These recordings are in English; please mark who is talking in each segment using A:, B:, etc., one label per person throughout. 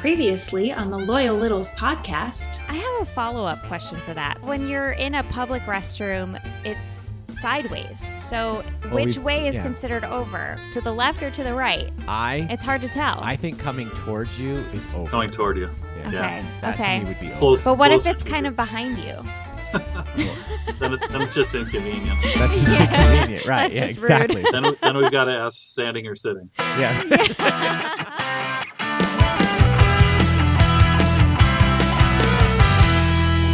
A: previously on the Loyal Littles podcast.
B: I have a follow up question for that. When you're in a public restroom, it's sideways. So
C: Well,
B: which
C: we-
B: way is
C: yeah.
B: considered over? To the left or to the right?
C: I
B: It's hard to tell.
C: I think coming towards you is over.
D: coming toward you.
C: Yeah.
B: okay.
D: yeah,
C: That to me
B: okay.
C: would be over.
D: Close.
B: But what if
D: close
B: it's
D: to
B: kind
D: you.
B: of behind you?
D: Then, it, then it's just inconvenient.
C: That's just
B: Yeah.
C: inconvenient, right?
B: That's
C: yeah,
B: just rude.
C: exactly.
D: then, we- then we've got to ask standing or sitting.
C: Yeah.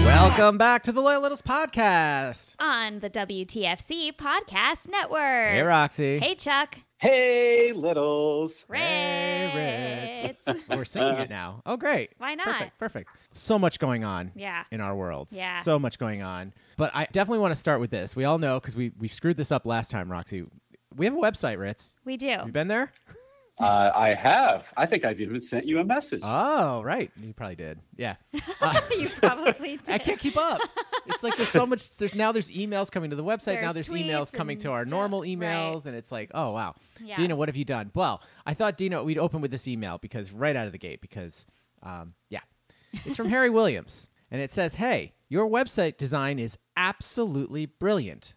C: Welcome back to the Loyal Littles podcast.
B: On the WTFC Podcast Network.
C: Hey, Roxy.
B: Hey, Chuck.
E: Hey, littles.
C: Hey,
B: Ritz.
C: We're singing it now. Oh, great.
B: Why not?
C: Perfect. Perfect. So much going on.
B: Yeah.
C: in our worlds.
B: Yeah.
C: So much going on. But I definitely want to start with this. We all know because we, we screwed this up last time, Roxy. We have a website, Ritz.
B: We do.
C: You been there?
E: Uh, I have. I think I've even sent you a message.
C: Oh, right. You probably did. Yeah. Uh,
B: you probably did.
C: I can't keep up. It's like there's so much. There's now there's emails coming to the website. now
B: There's
C: there's emails
B: tweets
C: coming to
B: and
C: our
B: stuff.
C: normal
B: Right.
C: emails, and it's like, oh wow,
B: Yeah.
C: Dina, what have you done? Well, I thought Dina, we'd open with this email because right out of the gate, because um, yeah, it's from Harry Williams, and it says, hey, your website design is absolutely brilliant.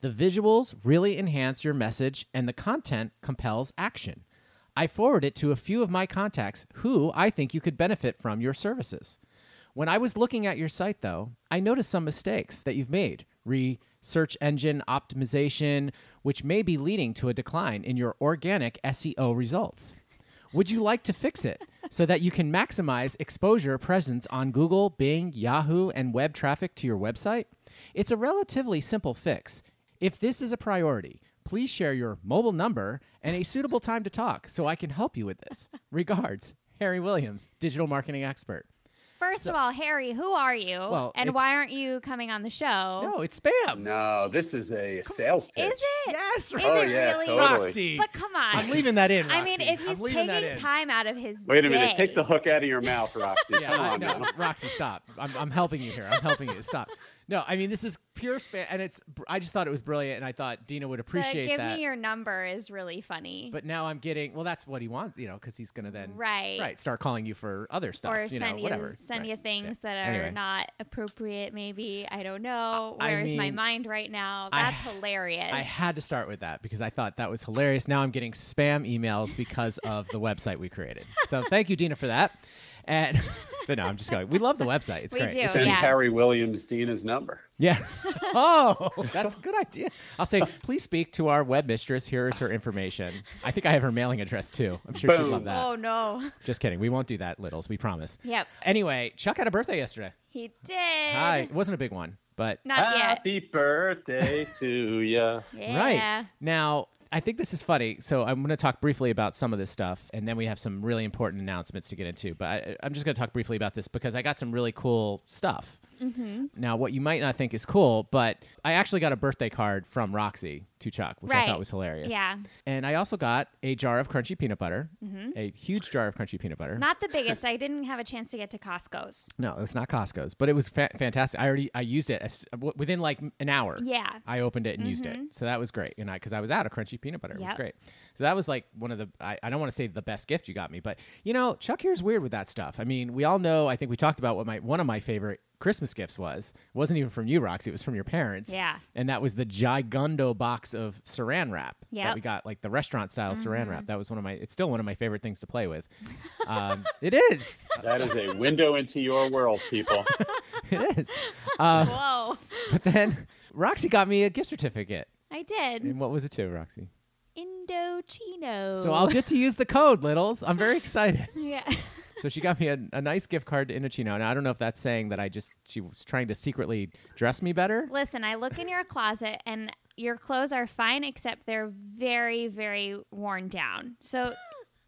C: The visuals really enhance your message, and the content compels action. I forward it to a few of my contacts who I think you could benefit from your services. When I was looking at your site, though, I noticed some mistakes that you've made re search engine optimization, which may be leading to a decline in your organic SEO results. Would you like to fix it so that you can maximize exposure presence on Google, Bing, Yahoo, and web traffic to your website? It's a relatively simple fix. If this is a priority, please share your mobile number and a suitable time to talk so I can help you with this. Regards, Harry Williams, digital marketing expert.
B: First of all, Harry, who are you?
C: Well,
B: and
C: it's-
B: why aren't you coming on the show?
C: No, it's spam.
E: No, this is a sales pitch.
B: Is it?
C: Yes,
B: Is
C: Roxy.
E: Oh,
B: it
E: yeah,
B: really?
E: totally.
B: But come on.
C: I'm leaving that in.
B: I mean,
C: Roxy.
B: if he's
C: I'm leaving that
B: taking
C: in.
B: time out of his
E: Wait a minute.
B: day-
E: Take the hook out of your mouth, Roxy.
C: Yeah,
E: Come
C: I
E: on
C: know.
E: now.
C: Roxy, stop. I'm, I'm helping you here. I'm helping you. Stop. No, I mean this is pure spam, and it's. br- I just thought it was brilliant, and I thought Dina would
B: the
C: appreciate
B: give
C: that.
B: me your number is really funny.
C: but now I'm getting. Well, that's what he wants, you know, because he's gonna then
B: Right.
C: right start calling you for other stuff,
B: or
C: you know,
B: send you
C: whatever.
B: send
C: right.
B: you things that are
C: Anyway.
B: not appropriate. Maybe I don't know.
C: I- I
B: Where's my
C: mean,
B: mind right now?
C: I-
B: That's hilarious.
C: I had to start with that because I thought that was hilarious. Now I'm getting spam emails because of the website we created. So thank you, Dina, for that. And but no, I'm just going. We love the website. It's
B: We
C: great.
B: do.
E: Send
B: yeah.
E: Harry Williams Dina's number.
C: Yeah. Oh, that's a good idea. I'll say, please speak to our web mistress. Here is her information. I think I have her mailing address too. I'm sure she'd love
E: Boom.
C: that.
B: oh no.
C: Just kidding. We won't do that, Littles. We promise.
B: Yep,
C: Anyway, Chuck had a birthday yesterday.
B: he did.
C: Hi. It wasn't a big one, but
B: Not yet.
E: Happy birthday to you.
B: Yeah.
C: right. Now, I think this is funny. So I'm going to talk briefly about some of this stuff, and then we have some really important announcements to get into. But I, I'm just going to talk briefly about this because I got some really cool stuff.
B: Mm-hmm.
C: Now, what you might not think is cool, but I actually got a birthday card from Roxy to Chuck, which I
B: Right.
C: thought was hilarious.
B: Yeah.
C: And I also got a jar of crunchy peanut butter, a huge jar of crunchy peanut butter.
B: Mm-hmm. Not the biggest. I didn't have a chance to get to Costco's.
C: no, it's not Costco's, but it was fa- fantastic. I already I used it as, uh, w- within like an hour.
B: Yeah.
C: I opened it and used it. So that was great. And I, because I was out of crunchy peanut butter, it was
B: Mm-hmm. Yep.
C: great. So that was like one of the, I, I don't want to say the best gift you got me, but you know, Chuck here's weird with that stuff. I mean, we all know, I think we talked about what my, one of my favorite Christmas gifts was. It wasn't even from you, Roxy. It was from your parents.
B: Yeah.
C: And that was the Gigundo box of saran wrap
B: Yep. Mm-hmm.
C: that we got, like the restaurant style saran wrap. That was one of my, it's still one of my favorite things to play with. Um, it is.
E: That is a window into your world, people.
C: It is. Uh,
B: Whoa.
C: but then Roxy got me a gift certificate.
B: I did.
C: And what was it to, Roxy?
B: Indochino.
C: So I'll get to use the code, Littles. I'm very excited.
B: Yeah.
C: So she got me a, a nice gift card to Indochino. Now I don't know if that's saying that I just she was trying to secretly dress me better.
B: Listen, I look in your closet and your clothes are fine, except they're very, very worn down. So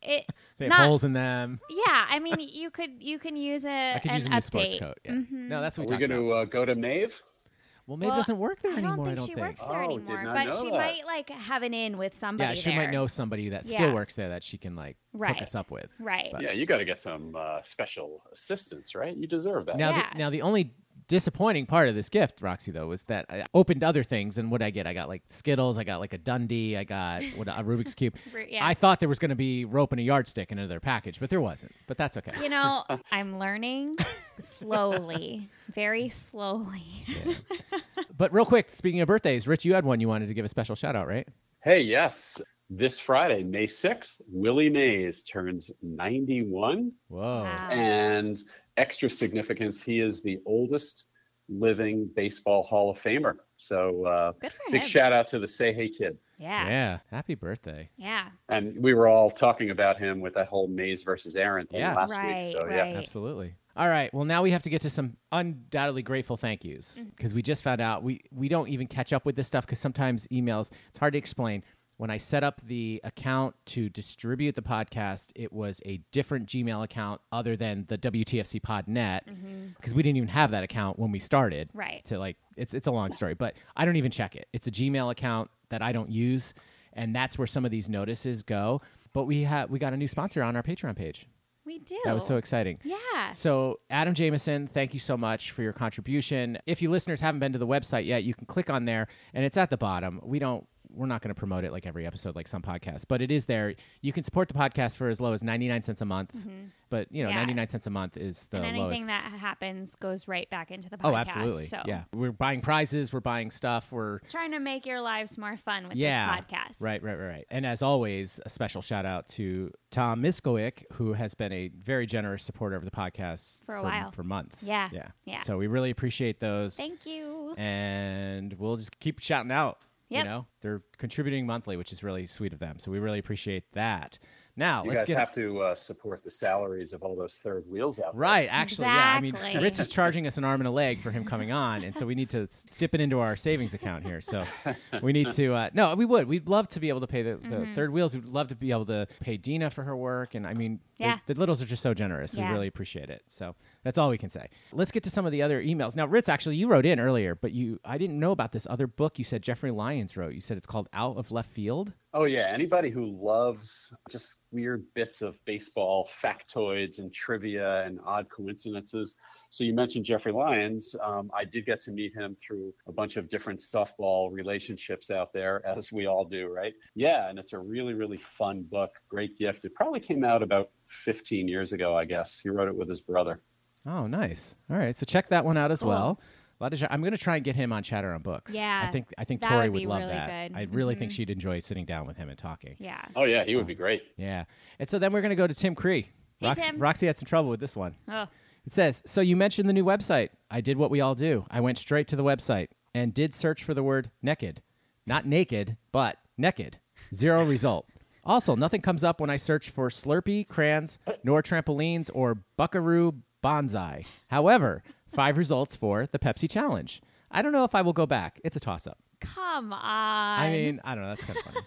B: it,
C: They have
B: Not-
C: holes in them.
B: yeah. I mean, you could you can use a
C: I could
B: an
C: use
B: update.
C: a
B: Mm-hmm.
C: new sports coat. Yeah. No, that's
E: Are
C: what we
E: we
C: talked
E: going to
C: about.
E: uh, go to Maeve?
C: Well, maybe
B: Well,
C: it doesn't work there
B: I don't
C: anymore.
B: think
C: I don't
B: she
C: think.
B: works there
E: Oh, did
B: anymore,
E: not
B: but
E: know
B: she
E: that.
B: might like have an in with somebody.
C: yeah, she
B: there.
C: might know somebody that
B: Yeah.
C: still works there that she can like
B: Right.
C: hook us up with.
B: Right.
C: But-
E: Yeah, you got to get some uh, special assistance, right? You deserve that.
C: Now,
B: Yeah.
C: the, now the only disappointing part of this gift, Roxy, though, was that I opened other things, and what I get, I got like Skittles, I got like a Dundee, I got what, a Rubik's cube.
B: Ru- yeah.
C: I thought there was going to be rope and a yardstick in another package, but there wasn't. But that's okay.
B: You know, I'm learning slowly, very slowly.
C: But real quick, speaking of birthdays, Rich, you had one you wanted to give a special shout out, right?
E: Hey, yes. This Friday, May 6th, Willie Mays turns 91.
C: Whoa.
B: Wow.
E: And extra significance, he is the oldest living baseball Hall of Famer. So uh,
B: Good for
E: big
B: him.
E: shout out to the Say Hey Kid.
B: Yeah. Yeah.
C: Yeah. Happy birthday.
E: And we were all talking about him with that whole Mays versus Aaron thing
C: Yeah.
E: last
B: Right,
E: week. So,
B: right.
E: yeah.
C: Absolutely. All right. Well, now we have to get to some undoubtedly grateful thank yous
B: Mm.
C: because we just found out we, we don't even catch up with this stuff because sometimes emails, it's hard to explain. When I set up the account to distribute the podcast, it was a different Gmail account other than the WTFC Podnet
B: Mm-hmm.
C: because we didn't even have that account when we started.
B: Right.
C: To like, it's, it's a long story, but I don't even check it. It's a Gmail account that I don't use. And that's where some of these notices go. But we, ha- we got a new sponsor on our Patreon page.
B: We do.
C: That was so exciting.
B: Oh. yeah.
C: So, Adam Jameson, thank you so much for your contribution. If you listeners haven't been to the website yet, you can click on there and it's at the bottom. We don't we're not going to promote it like every episode like some podcasts, but it is there. You can support the podcast for as low as 99 cents a month. But, you know,
B: Mm-hmm. Yeah.
C: 99 cents a month is the
B: and anything
C: lowest.
B: that happens goes right back into the podcast.
C: oh, absolutely.
B: So
C: Yeah. We're buying prizes, we're buying stuff, we're
B: trying to make your lives more fun with this podcast.
C: Right, right, right, right. And as always, a special shout out to Tom Miskowick, who has been a very generous supporter of the podcast
B: For a while.
C: for months.
B: Yeah,
C: yeah,
B: yeah.
C: So we really appreciate those,
B: Thank you.
C: and we'll just keep shouting out.
B: Yep.
C: You know, they're contributing monthly, which is really sweet of them. So we really appreciate that. Now
E: You
C: let's
E: guys
C: get
E: have to uh, support the salaries of all those third wheels out there.
C: Right, actually, yeah. I mean,
B: Exactly.
C: Rich is charging us an arm and a leg for him coming on, and so we need to s- dip it into our savings account here. So we need to. Uh, no, we would. We'd love to be able to pay the, the
B: Mm-hmm.
C: third wheels. We'd love to be able to pay Dina for her work, and I mean, the-
B: Yeah.
C: the, littles are just so generous.
B: Yeah.
C: We really appreciate it. So that's all we can say. Let's get to some of the other emails now. Ritz, actually, you wrote in earlier, but you I didn't know about this other book. You said Jeffrey Lyons wrote. You said it's called Out of Left Field.
E: Oh yeah, anybody who loves just weird bits of baseball factoids and trivia and odd coincidences. So you mentioned Jeffrey Lyons. Um, I did get to meet him through a bunch of different softball relationships out there, as we all do, right? Yeah, and it's a really really fun book. Great gift. It probably came out about 15 years ago, I guess. He wrote it with his brother.
C: Oh, nice. All right, so check that one out as
B: Cool.
C: well. A lot of. gen- I'm going to try and get him on Chatter on Books.
B: Yeah,
C: I think I think
B: that
C: Tori
B: would
C: would,
B: be
C: love
B: really
C: that.
B: good.
C: I really
B: Mhm.
C: think she'd enjoy sitting down with him and talking. Yeah,
B: Yeah.
E: Oh yeah, he would be great.
C: and so then we're going to go to Tim Cree.
B: Hey,
C: Roxy,
B: Tim.
C: Roxy had some trouble with this one.
B: Oh,
C: It says, "So you mentioned the new website. I did what we all do. I went straight to the website and did search for the word naked, not naked, but naked. Zero result. Also, nothing comes up when I search for Slurpee, crayons, nor trampolines or Buckaroo bonsai. However, five results for the Pepsi challenge. I don't know if I will go back. It's a toss-up.
B: come on.
C: I mean, I don't know. That's kind of funny.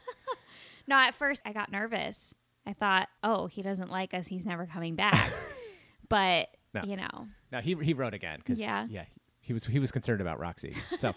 B: No, at first I got nervous. I thought, oh, he doesn't like us. He's never coming back. but,
C: No.
B: you know,
C: Now he he wrote again because
B: Yeah.
C: yeah he was he was concerned about Roxy. So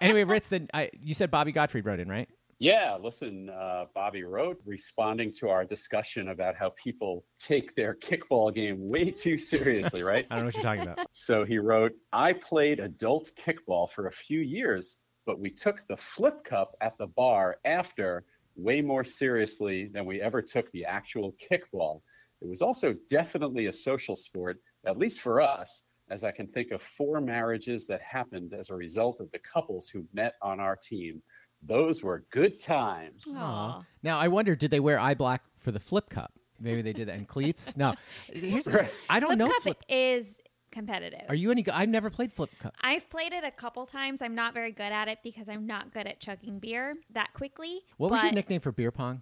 C: anyway, Ritz, then I, you said Bobby Godfrey wrote in, right?
E: Yeah, listen, uh, Bobby wrote responding to our discussion about how people take their kickball game way too seriously, right?
C: I don't know what you're talking about.
E: So he wrote, I played adult kickball for a few years, but we took the flip cup at the bar after way more seriously than we ever took the actual kickball. It was also definitely a social sport, at least for us, as I can think of four marriages that happened as a result of the couples who met on our team. Those were good times.
C: Aw.
B: Aw.
C: Now I wonder, did they wear eye black for the flip cup? Maybe they did that in cleats. No, here's the, I don't
B: Flip
C: know.
B: Cup
C: flip,
B: is competitive.
C: are you any? go- I've never played flip cup.
B: I've played it a couple times. I'm not very good at it because I'm not good at chugging beer that quickly.
C: What was your
B: but-
C: nickname for beer pong?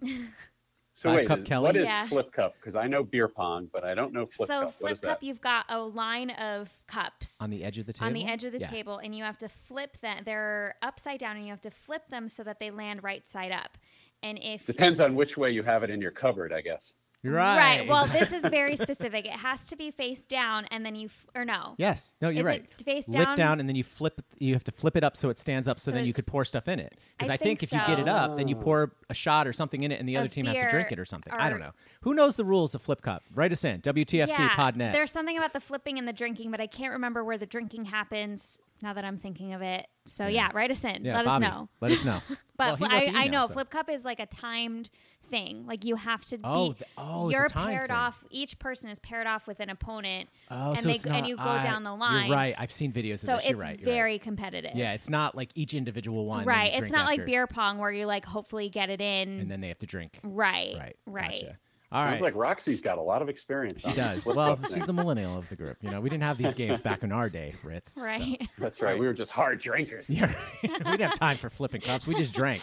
E: So
C: Five
E: wait,
C: Cup
E: is-
C: Kelly?
E: what is
B: Yeah.
E: flip cup? Because I know beer pong, but I don't know flip
B: so
E: cup. What
B: flip
E: is
B: cup,
E: that?
B: you've got a line of cups
C: On the edge of the table.
B: on the edge of the
C: Yeah.
B: table, and you have to flip them. They're upside down, and you have to flip them so that they land right side up. And if
E: Depends on which way you have it in your cupboard, I guess.
C: Right.
B: Well, this is very specific. It has to be face down, and then you f- or no.
C: yes. No, you're
B: Is
C: right.
B: it face
C: Lip
B: down?
C: down, and then you flip. You have to flip it up so it stands up, so,
B: So
C: then you
B: it's-
C: could pour stuff in it. Because I,
B: I
C: think,
B: think
C: if you get it up, then you
E: so.
C: pour a shot or something in it, and the other
B: Of
C: team has to drink
B: beer
C: it or something. I don't
B: or-
C: know. Who knows the rules of flip cup? Write us in WTFC
B: yeah,
C: Podnet.
B: There's something about the flipping and the drinking, but I can't remember where the drinking happens now that I'm thinking of it. So yeah, write us in.
C: yeah,
B: Let
C: Bobby,
B: us know.
C: Let us know. Well,
B: But
C: he
B: fl-
C: wrote
B: I,
C: the
B: I
C: email,
B: know
C: so-
B: flip cup is like a timed thing. Like you have to
C: Oh,
B: be
C: th- oh, it's a
B: you're
C: timed
B: paired
C: thing.
B: off. Each person is paired off with an opponent,
C: Oh,
B: and
C: so
B: they
C: it's
B: go- and
C: not-
B: you go
C: I-
B: down the line.
C: You're right. I've seen videos
B: So
C: of
B: it's
C: this. you're right. you're right.
B: very competitive.
C: Yeah, it's not like each individual one. and
B: right.
C: drink
B: It's not
C: after,
B: like beer pong where you like hopefully get it in.
C: and then they have to drink.
B: right.
C: Right.
B: Right.
C: Gotcha. All
E: Sounds
C: right.
E: like Roxy's got a lot of experience.
C: she
E: on this
C: does.
E: flip
C: Well,
E: cup thing.
C: she's the millennial of the group. You know, we didn't have these games back in our day, Fritz. so-
B: Right.
E: That's right. We were just hard drinkers.
C: Yeah, we didn't have time for flipping cups. We just drank.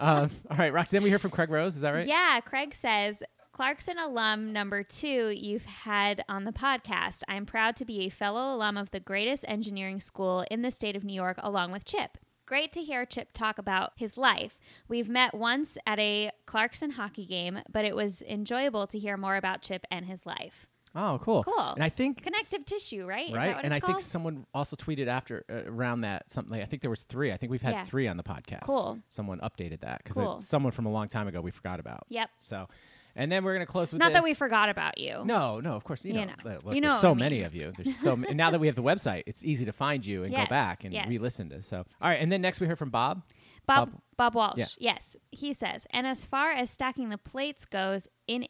C: Um, all right, Roxanne, we hear from Craig Rose. Is that right?
B: Yeah, Craig says Clarkson alum number two you've had on the podcast. I'm proud to be a fellow alum of the greatest engineering school in the state of New York, along with Chip. Great to hear Chip talk about his life. We've met once at a Clarkson hockey game, but it was enjoyable to hear more about Chip and his life.
C: Oh, cool.
B: Cool.
C: And I think
B: Connective tissue, right? Is that
C: Right,
B: what
C: and
B: it's
C: I think
B: called?
C: someone also tweeted after uh, around that something. I think there was three. I think we've had
B: Yeah.
C: three on the podcast.
B: Cool.
C: Someone updated that because
B: Cool.
C: someone from a long time ago we forgot about.
B: Yep.
C: So, and then we're gonna close with
B: Not that
C: this.
B: we forgot about you.
C: No, no, of course you know.
B: You
C: li-
B: know.
C: Look,
B: You know
C: there's
B: what
C: so
B: I
C: many
B: mean.
C: of you. There's so many. and now that we have the website, it's easy to find you and
B: Yes,
C: go back and
B: yes.
C: re-listen to. So, all right, and then next we hear from Bob.
B: Bob
C: Bob-
B: Bob Walsh.
C: Yeah.
B: Yes, he says. And as far as stacking the plates goes, in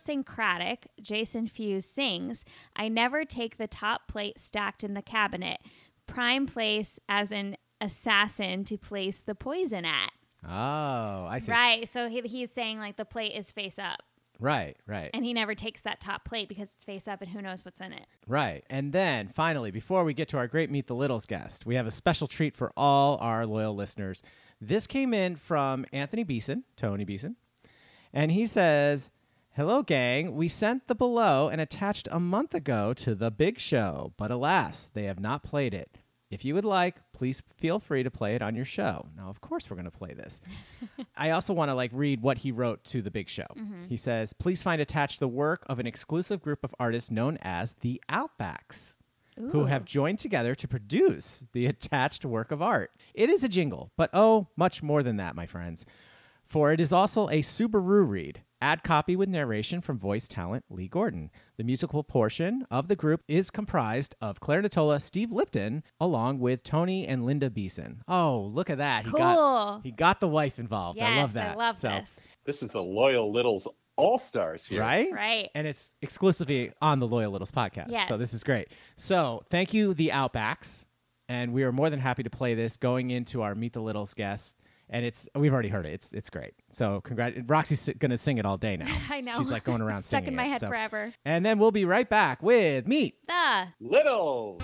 B: idiosyncratic, Jason Fuse sings, "I never take the top plate stacked in the cabinet. Prime place as an assassin to place the poison at."
C: Oh, I see.
B: Right. So he, he's saying like the plate is face up,
C: right, right.
B: and he never takes that top plate because it's face up, and who knows what's in it.
C: Right. And then finally, before we get to our great Meet the Littles guest, we have a special treat for all our loyal listeners. This came in from Anthony Beeson, Tony Beeson, and he says, Hello, gang. We sent the below and attached a month ago to the big show, but alas, they have not played it. If you would like, please feel free to play it on your show. Now, of course, we're going to play this. I also want to like read what he wrote to the big show. He says, "Please find attached the work of an exclusive group of artists known as the Outbacks, who have joined together to produce the attached work of art. It is a jingle, but oh, much more than that, my friends. For it is also a Subaru read. Add copy with narration from voice talent Lee Gordon. The musical portion of the group is comprised of Claire Natola, Steve Lipton, along with Tony and Linda Beeson. Oh, look at that. He
B: Cool.
C: got he got the wife involved.
B: yes,
C: I love that.
B: I love
C: So,
B: this.
E: This is the Loyal Littles All Stars here.
C: Right?
B: Right.
C: And it's exclusively on the Loyal Littles podcast. So
B: Yes.
C: this is great. So thank you, the Outbacks. And we are more than happy to play this going into our Meet the Littles guest. And it's we've already heard it. It's it's great. So congrats. Roxy's going to sing it all day now.
B: I know.
C: She's like going around
B: It's stuck
C: singing
B: in my
C: it,
B: head
C: so-
B: forever.
C: And then we'll be right back with Meet.
B: The
E: Littles.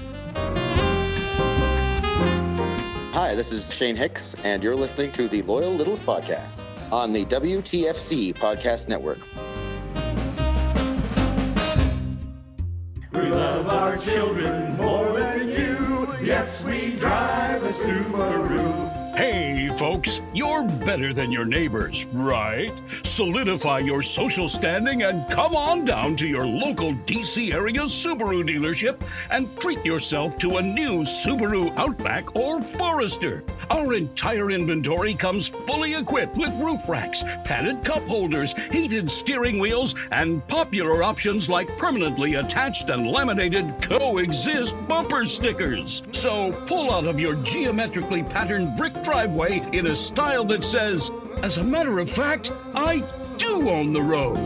F: Hi, this is Shane Hicks, and you're listening to the Loyal Littles Podcast on the WTFC Podcast Network.
G: We love our children more than you. Yes, we drive a Subaru.
H: Hey, folks, you're better than your neighbors, right? Solidify your social standing and come on down to your local DC area Subaru dealership and treat yourself to a new Subaru Outback or Forester. Our entire inventory comes fully equipped with roof racks, padded cup holders, heated steering wheels, and popular options like permanently attached and laminated coexist bumper stickers. So pull out of your geometrically patterned brick driveway in a style that says, as a matter of fact, I do own the road.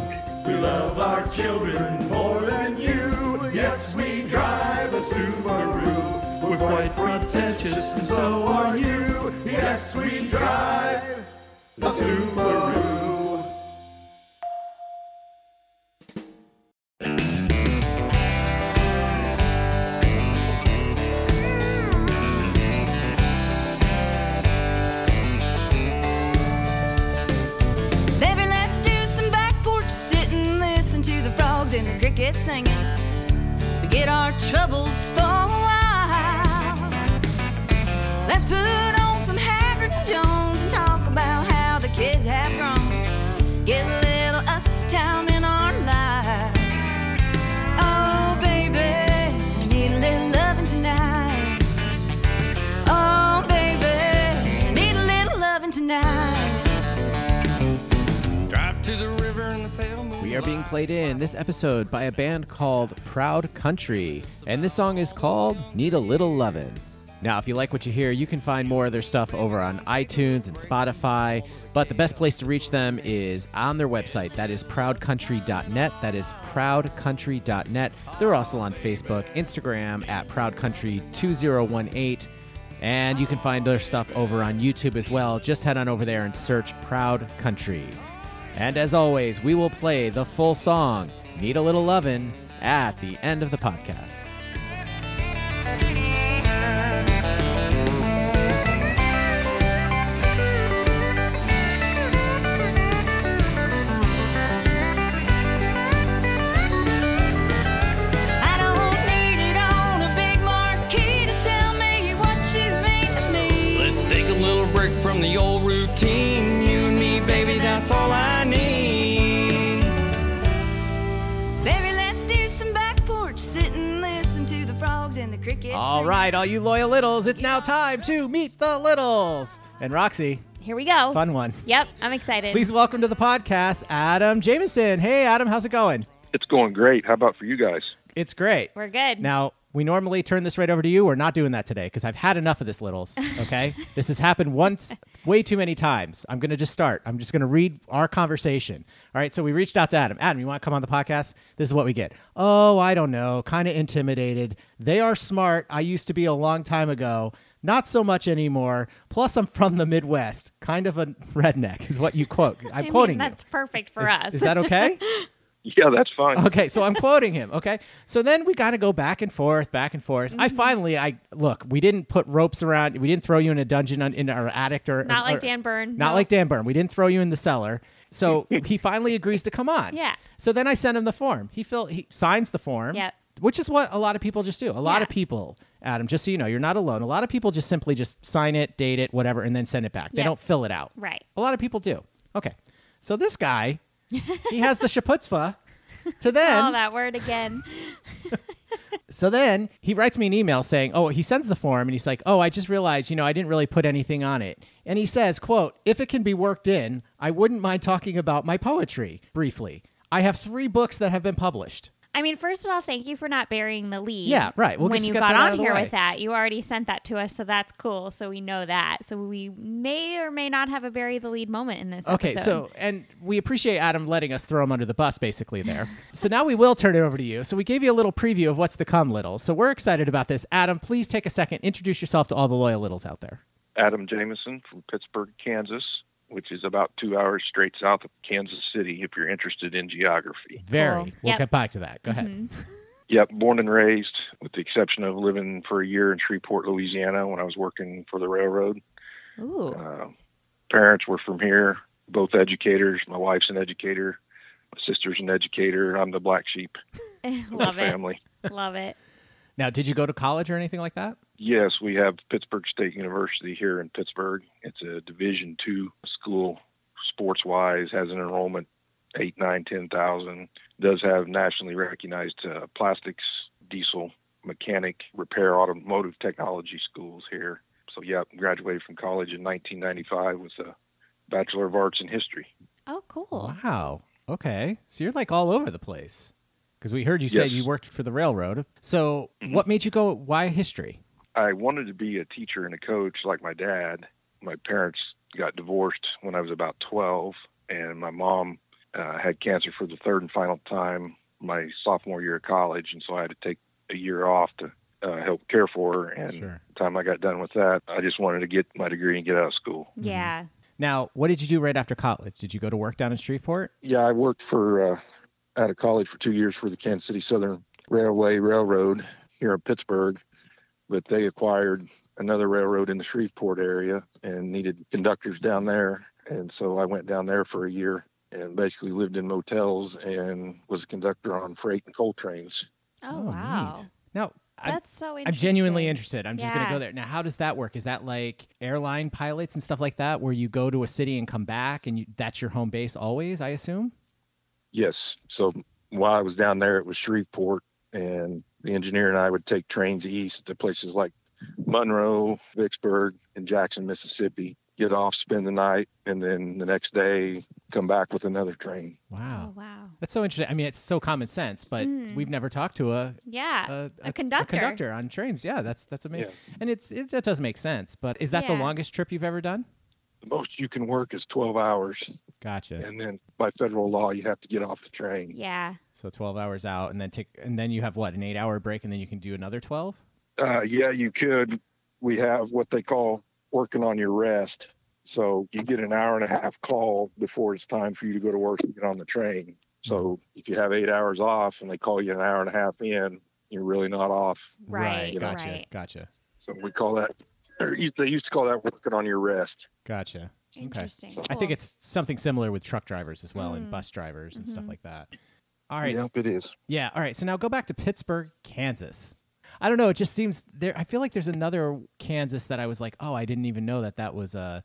G: We love our children more than you. Yes, we drive a Subaru. We're quite pretentious, and so are you. Yes, we drive a Subaru.
I: Baby, let's do some back porch sitting, listen to the frogs and the crickets singing. Forget our troubles for a while. Let's put on some Haggard and Jones and talk about how the kids have grown. Get a little us time in our Oh, Oh,
C: played in this episode by a band called Proud Country, and this song is called Need a Little Lovin'. Now, if you like what you hear, you can find more of their stuff over on iTunes and Spotify, but the best place to reach them is on their website. That is proudcountry.net. That is proudcountry.net. They're also on Facebook, Instagram at proudcountry2018. And you can find their stuff over on YouTube as well. Just head on over there and search Proud Country. And as always, we will play the full song, Need a Little Lovin', at the end of the podcast.
I: I don't need it on a big marquee to tell me what you mean to me.
J: Let's take a little break from the old routine. You and me, baby, that's all I need.
I: Baby, let's do some back porch sit and listen to the frogs and the crickets.
C: All
I: sing.
C: right, all you loyal littles, it's now time to meet the littles. And Roxy,
B: Here we go.
C: fun one.
B: Yep, I'm excited.
C: Please welcome to the podcast Adam Jameson. Hey, Adam, how's it going?
K: It's going great. How about for you guys?
C: It's great.
B: We're good.
C: Now, we normally turn this right over to you. We're not doing that today because I've had enough of this, littles. Okay? this has happened once, way too many times. I'm going to just start. I'm just going to read our conversation. All right. So we reached out to Adam. Adam, you want to come on the podcast? This is what we get. Oh, I don't know. Kind of intimidated. They are smart. I used to be a long time ago. Not so much anymore. Plus, I'm from the Midwest. Kind of a redneck is what you quote. I'm
B: I mean,
C: quoting
B: That's perfect for
C: you.
B: us.
C: Is, is that okay?
K: Yeah, that's fine.
C: okay so i'm quoting him okay so then we gotta go back and forth back and forth i
B: Mm-hmm.
C: finally i look we didn't put ropes around we didn't throw you in a dungeon on, in our attic or
B: Not like
C: or-
B: Dan Byrne.
C: not
B: no.
C: like dan burn we didn't throw you in the cellar so he finally agrees to come on
B: Yeah.
C: so then i sent him the form he fill he signs the form
B: Yep.
C: which is what a lot of people just do a lot of
B: Yeah.
C: people adam just so you know you're not alone a lot of people just simply just sign it date it whatever and then send it back they
B: Yeah.
C: don't fill it out
B: Right.
C: a lot of people do okay so this guy he has the shaputzpah to then
B: oh, that word again.
C: So then he writes me an email saying, "Oh, he sends the form and he's like, "Oh, I just realized, you know, I didn't really put anything on it." And he says, "Quote, if it can be worked in, I wouldn't mind talking about my poetry briefly. I have 3 books that have been published."
B: I mean, first of all, thank you for not burying the lead.
C: Yeah, right. We'll
B: when
C: just
B: you
C: get
B: got
C: that out
B: on
C: of the
B: here
C: way.
B: with that, you already sent that to us, so that's cool. So we know that. So we may or may not have a bury the lead moment in this.
C: Okay,
B: episode.
C: so and we appreciate Adam letting us throw him under the bus basically there. so now we will turn it over to you. So we gave you a little preview of what's to come, little. So we're excited about this. Adam, please take a second, introduce yourself to all the loyal littles out there.
K: Adam Jameson from Pittsburgh, Kansas, which is about two hours straight south of Kansas City if you're interested in geography.
C: Very.
B: Cool.
C: We'll
B: Yep. Mm-hmm.
C: get back to that. Go ahead.
K: Yep, born and raised, with the exception of living for a year in Shreveport, Louisiana when I was working for the railroad.
B: Mm-hmm. Ooh,
K: Uh, parents were from here, both educators. My wife's an educator, my sister's an educator. I'm the black sheep of
B: love
K: the
B: it,
K: family.
B: love it.
C: Now, did you go to college or anything like that?
K: Yes, we have Pittsburgh State University here in Pittsburgh. It's a Division two school, sports wise, has an enrollment eight, nine, ten thousand. Does have nationally recognized uh, plastics, diesel, mechanic, repair, automotive technology schools here. So yeah, graduated from college in 1995 with a Bachelor of Arts in History.
B: Oh, cool.
C: Wow. Okay. So you're like all over the place. Because we heard you said
K: Yes. Mm-hmm.
C: you worked for the railroad. So what made you go? Why history?
K: I wanted to be a teacher and a coach like my dad. My parents got divorced when I was about 12, and my mom uh, had cancer for the third and final time my sophomore year of college, and so I had to take a year off to uh, help care for her. And
C: Sure.
K: the time I got done with that, I just wanted to get my degree and get out of school.
C: Mm-hmm.
B: Yeah.
C: Now, what did you do right after college? Did you go to work down in Shreveport?
K: Yeah, I worked for uh, out of college for two years for the Kansas City Southern Railway Railroad here in Pittsburgh, but they acquired another railroad in the Shreveport area and needed conductors down there, and so I went down there for a year and basically lived in motels and was a conductor on freight and coal trains.
B: Oh,
C: Oh, neat.
B: wow.
C: Now, I,
B: That's so interesting.
C: I'm genuinely interested. I'm just going to
B: Yeah.
C: go there. Now, how does that work? Is that like airline pilots and stuff like that, where you go to a city and come back and you, that's your home base always, I assume?
K: Yes, so while I was down there, it was Shreveport, and the engineer and I would take trains east to places like Monroe, Vicksburg, and Jackson, Mississippi. Get off, spend the night, and then the next day
L: come back with another train.
C: Wow.
B: Oh, wow.
C: That's so interesting. I mean, it's so common sense, but
B: Mm.
C: we've never talked to a
B: Yeah,
C: Uh,
B: a
C: a
B: conductor.
C: conductor on trains. Yeah, that's that's amazing. And it's it, that does make sense. But is that the
B: Yeah.
C: longest trip you've ever done?
L: The most you can work is 12 hours.
C: Gotcha.
L: And then by federal law, you have to get off the train.
B: Yeah.
C: So twelve hours out, and then take, and then you have what an eight-hour break, and then you can do another twelve.
L: Uh, yeah, you could. We have what they call working on your rest. So you get an hour and a half call before it's time for you to go to work and get on the train. So if you have eight hours off and they call you an hour and a half in, you're really not off.
B: Right,
L: You know?
C: Gotcha. Gotcha.
L: So we call that, or you- they used to call that working on your rest.
C: Gotcha. Okay.
B: Interesting.
C: I think
B: Cool.
C: it's something similar with truck drivers as well,
B: Mm.
C: and bus drivers and stuff
B: Mhm.
C: like that. All right.
L: Yep, it is.
C: Yeah. All right. So now go back to Pittsburgh, Kansas. I don't know. It just seems there. I feel like there's another Kansas that I was like, oh, I didn't even know that that was a,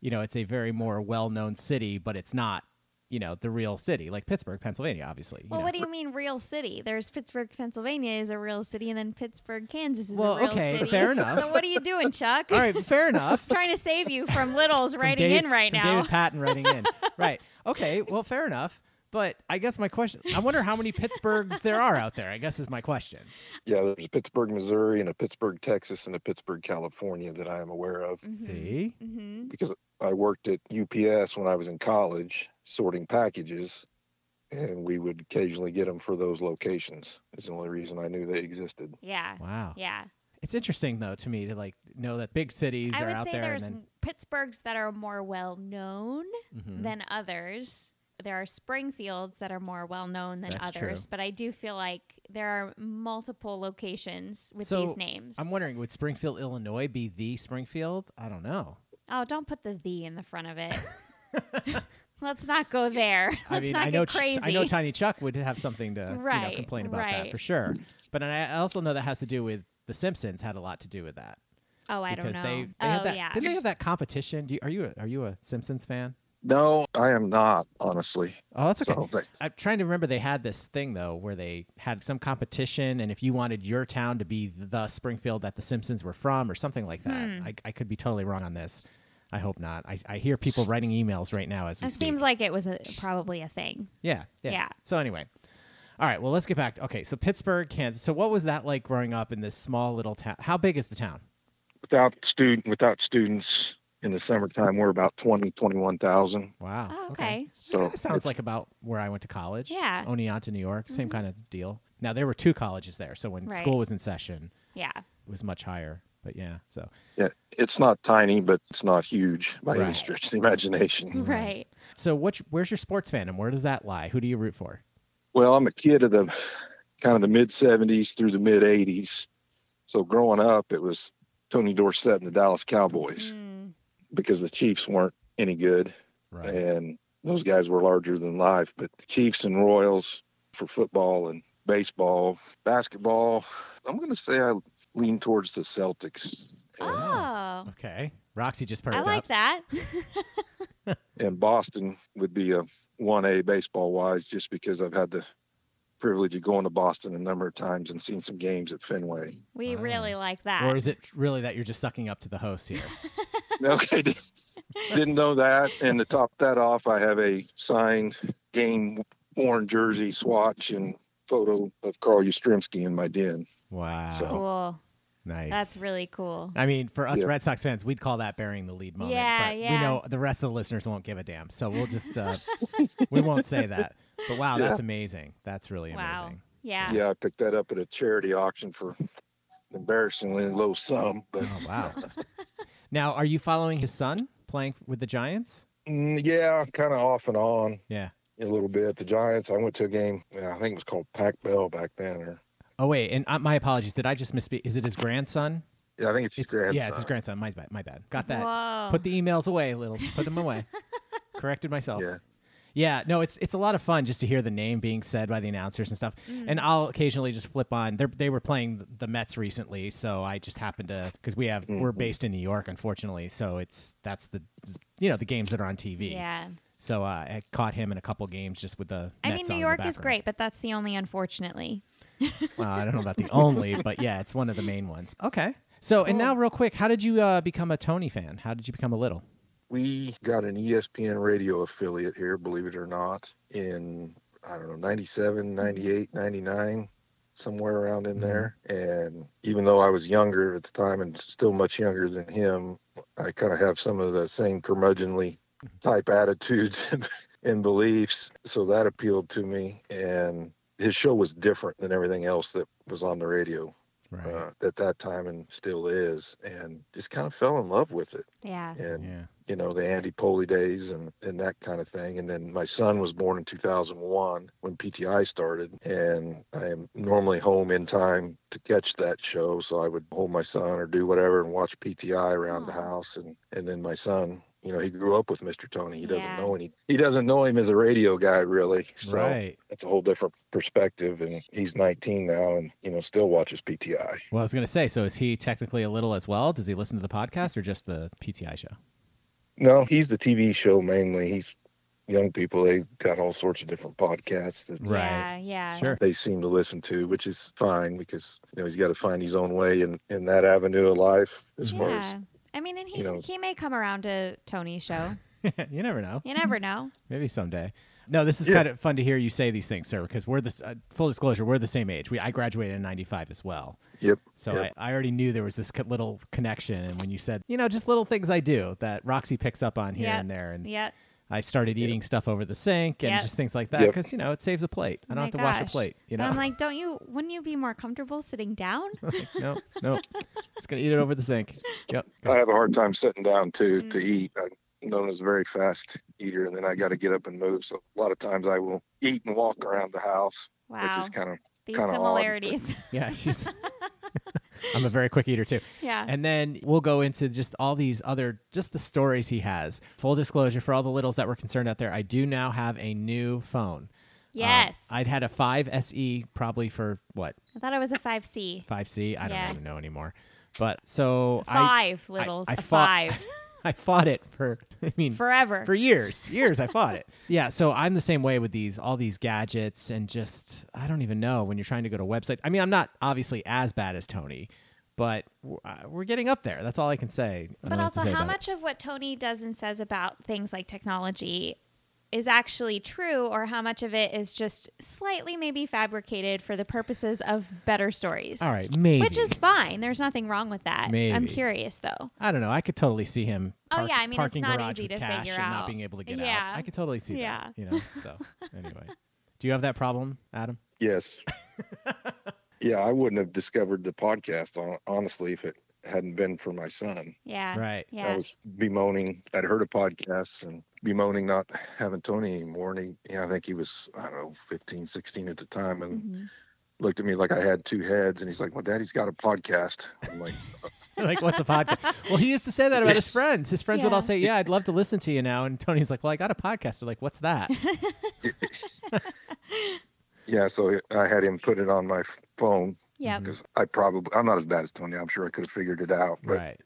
C: you know, it's a very more well-known city, but it's not, you know, the real city like Pittsburgh, Pennsylvania, obviously.
B: Well,
C: know.
B: what do you mean real city? There's Pittsburgh, Pennsylvania is a real city, and then Pittsburgh, Kansas is
C: Well,
B: a real
C: okay,
B: city.
C: fair enough.
B: So what are you doing, Chuck?
C: All right. Fair enough.
B: I'm trying to save you from Littles
C: From
B: writing
C: Dave-
B: in right
C: from
B: now.
C: David Patton writing in. right. Okay. Well, fair enough. But I guess my question. I wonder how many Pittsburghs there are out there. I guess is my question.
L: Yeah, there's a Pittsburgh, Missouri, and a Pittsburgh, Texas, and a Pittsburgh, California that I am aware of.
C: See.
B: Mm-hmm.
L: because I worked at UPS when I was in college sorting packages, and we would occasionally get them for those locations. It's the only reason I knew they existed.
B: Yeah.
C: Wow.
B: Yeah.
C: It's interesting though to me to like know that big cities
B: I
C: are
B: would
C: out
B: say
C: there and
B: there's
C: then
B: Pittsburghs that are more well known
C: Mhm.
B: than others. There are Springfields that are more well known than
C: That's
B: others,
C: true.
B: but I do feel like there are multiple locations with
C: so
B: these names.
C: I'm wondering, would Springfield, Illinois, be the Springfield? I don't know.
B: Oh, don't put the "the" in the front of it. Let's not go there. Let's
C: I mean,
B: not
C: I know,
B: get
C: Ch-
B: crazy.
C: I know Tiny Chuck would have something to you know,
B: Right,
C: complain about that
B: right.
C: for sure. But I I also know that has to do with The Simpsons had a lot to do with that.
B: oh, I don't
C: because
B: know.
C: They, they
B: oh,
C: had that,
B: yeah.
C: Didn't they have that competition? Do you, are you a, are you a Simpsons fan?
L: No, I am not, honestly.
C: Oh, that's okay.
L: So, but-
C: I'm trying to remember. They had this thing though, where they had some competition, and if you wanted your town to be the Springfield that the Simpsons were from, or something like that.
B: Hmm.
C: I, I could be totally wrong on this. I hope not. I, I hear people writing emails right now as we
B: It
C: speak.
B: seems like it was a, probably a thing.
C: yeah, yeah.
B: Yeah.
C: So anyway, all right. Well, let's get back. To, okay, so Pittsburgh, Kansas. So what was that like growing up in this small little town? How big is the town?
L: without student, without students in the summertime, we're about 20, 21,000.
C: Wow.
B: Oh, okay.
L: So
C: That sounds
L: it's-
C: like about where I went to college.
B: Yeah. Mm-hmm.
C: Oneonta, New York. Same kind of deal. Now there were two colleges there, so when
B: Right.
C: school was in session,
B: Yeah.
C: it was much higher. But yeah, so
L: yeah, it's not tiny, but it's not huge by any
C: Right.
L: stretch of the imagination.
B: Right.
C: So what? Where's your sports fandom? Where does that lie? Who do you root for?
L: Well, I'm a kid of the kind of the mid 70s through the mid 80s. So growing up, it was Tony Dorsett and the Dallas Cowboys
B: Mm,
L: because the Chiefs weren't any good.
C: Right.
L: And those guys were larger than life. But Chiefs and Royals for football and baseball, basketball, I'm going to say I lean towards the Celtics.
B: Oh.
C: Okay. Roxy just perked
B: I like
C: up.
B: that.
L: And Boston would be a 1A baseball wise just because I've had the privilege of going to Boston a number of times and seen some games at Fenway.
B: We really like that.
C: Or is it really that you're just sucking up to the host here?
L: okay, di- didn't know that. And to top that off, I have a signed game worn jersey swatch and photo of Carl Yastrzemski in my den.
C: Wow.
L: So
B: cool.
C: nice.
B: That's really cool.
C: I mean, for us
L: Yeah.
C: Red Sox fans, we'd call that burying the lead moment.
B: Yeah,
C: but
B: yeah.
C: We know the rest of the listeners won't give a damn, so we'll just uh, we won't say that. But wow,
L: Yeah.
C: that's amazing. That's really
B: Wow.
C: amazing.
B: Yeah.
L: yeah, I picked that up at a charity auction for an embarrassingly low sum. But
C: Oh wow. now, are you following his son playing with the Giants?
L: mm, yeah, kind of off and on
C: Yeah.
L: a little bit. The Giants. I went to a game. yeah, I think it was called Pac Bell back then, or
C: Oh wait, and uh, my apologies. Did I just misspeak? Is it his grandson?
L: yeah, I think it's, his grandson.
C: Yeah, it's his grandson. My bad. My bad. Got that.
B: Whoa.
C: Put the emails away, little. Put them away. Corrected myself.
L: Yeah.
C: Yeah, no, it's it's a lot of fun just to hear the name being said by the announcers and stuff.
B: Mm.
C: And I'll occasionally just flip on. They they were playing the Mets recently, so I just happened to because we have
L: Mm-hmm.
C: we're based in New York, unfortunately. So it's that's the you know the games that are on TV.
B: Yeah.
C: So uh, I caught him in a couple games just with the.
B: I mean,
C: Mets
B: New
C: on in the
B: York is
C: background.
B: great, but that's the only unfortunately.
C: Well, Uh, I don't know about the only, but yeah, it's one of the main ones. Okay. So, and now, real quick, how did you uh, become a Tony fan? How did you become a little?
L: We got an E ESPN radio affiliate here, believe it or not, in, I don't know, 97, 98, 99, somewhere around
C: mm-hmm.
L: in there. And even though I was younger at the time and still much younger than him, I kind of have some of the same curmudgeonly
C: Mm-hmm.
L: type attitudes and beliefs. So that appealed to me. And his show was different than everything else that was on the radio uh, at that time and still is. And just kind of fell in love with it
B: Yeah.
L: and you know the Andy Poley days and and that kind of thing. And then my son was born in 2001 when PTI started, and I am normally home in time to catch that show, so I would hold my son or do whatever and watch PTI around the house, and and then my son. You know, he grew up with Mr. Tony. He doesn't know any. He doesn't know him as a radio guy, really. So
C: Right.
L: that's a whole different perspective. And he's 19 now, and you know, still watches PTI.
C: Well, I was going to say, so is he technically a little as well? Does he listen to the podcast or just the PTI show?
L: No, he's the TV show mainly. He's young people. They got all sorts of different podcasts that
B: Right. Yeah, yeah. Sure.
L: they seem to listen to, which is fine because you know he's got to find his own way in in that avenue of life as far as
B: Yeah. I mean, and he
L: you know-
B: he may come around to Tony's show.
C: you never know.
B: You never know.
C: Maybe someday. No, this is
L: Yeah.
C: kind of fun to hear you say these things, sir, because we're the s- uh, full disclosure, we're the same age. We I graduated in 95 as well.
L: Yep.
C: So
L: Yep.
C: I, I already knew there was this co- little connection. And when you said, you know, just little things I do that Roxy picks up on here
B: Yep.
C: and there. And
B: Yep.
C: I started eating stuff over the sink and
B: Yep.
C: just things like that
L: Yep.
C: because, you know, it saves a plate. I
B: Oh
C: don't have to
B: my
C: wash a
B: gosh.
C: plate, you
B: But
C: know?
B: I'm like, don't you? Wouldn't you be more comfortable sitting down?
C: no, no. Just going to eat it over the sink. Yep.
L: I have a hard time sitting down to to eat. I'm known as a very fast eater, and then I got to get up and move. So a lot of times I will eat and walk around the house,
B: Wow.
L: which is kind of
B: These
L: kind of
B: similarities.
C: Yeah, she's. I'm a very quick eater too.
B: Yeah.
C: And then we'll go into just all these other, just the stories he has. Full disclosure for all the littles that were concerned out there, I do now have a new phone. Um,
B: Yes.
C: I'd had a 5SE probably for what,
B: I thought it was a five C.
C: 5C? I don't
B: Yeah.
C: even know anymore. But so I-
B: Five
C: I-
B: littles.
C: I
B: a
C: fought-
B: five.
C: I fought it for, I mean,
B: Forever.
C: For years, years I fought it. Yeah, so I'm the same way with these, all these gadgets and just, I don't even know when you're trying to go to a website. I mean, I'm not obviously as bad as Tony, but w- uh, we're getting up there. That's all I can say. I don't
B: But
C: know what to
B: also,
C: say
B: how
C: about it.
B: much of what Tony does and says about things like technology is actually true, or how much of it is just slightly maybe fabricated for the purposes of better stories?
C: All right, maybe.
B: Which is fine. There's nothing wrong with that. I'm
C: Maybe.
B: curious though.
C: I don't know. I could totally see him.
B: Oh,
C: park-
B: yeah, I mean, it's
C: parking
B: not
C: garage
B: easy
C: with
B: to
C: cash
B: figure
C: and
B: out.
C: not being able to get
B: Yeah.
C: out. I could totally see
B: Yeah.
C: that. You know. So anyway, do you have that problem, Adam?
L: Yes. yeah, I wouldn't have discovered the podcast hon- honestly if it hadn't been for my son.
B: Yeah.
C: Right.
L: I was bemoaning. I'd heard of podcasts and bemoaning not having Tony anymore. And he, yeah, I think he was, I don't know, 15, 16 at the time and
B: Mm-hmm.
L: looked at me like I had two heads. And he's like, Well, daddy's got a podcast. I'm like,
C: like, what's a podcast? Well, he used to say that about his friends. His friends would all
L: Yeah.
C: say, "Yeah, I'd love to listen to you now," and Tony's like, "Well, I got a podcast." They're like, "What's that?"
L: Yeah, so I had him put it on my phone.
B: Yep.
L: Because I probably, I'm not as bad as Tony. I'm sure I could have figured it out. But
C: right.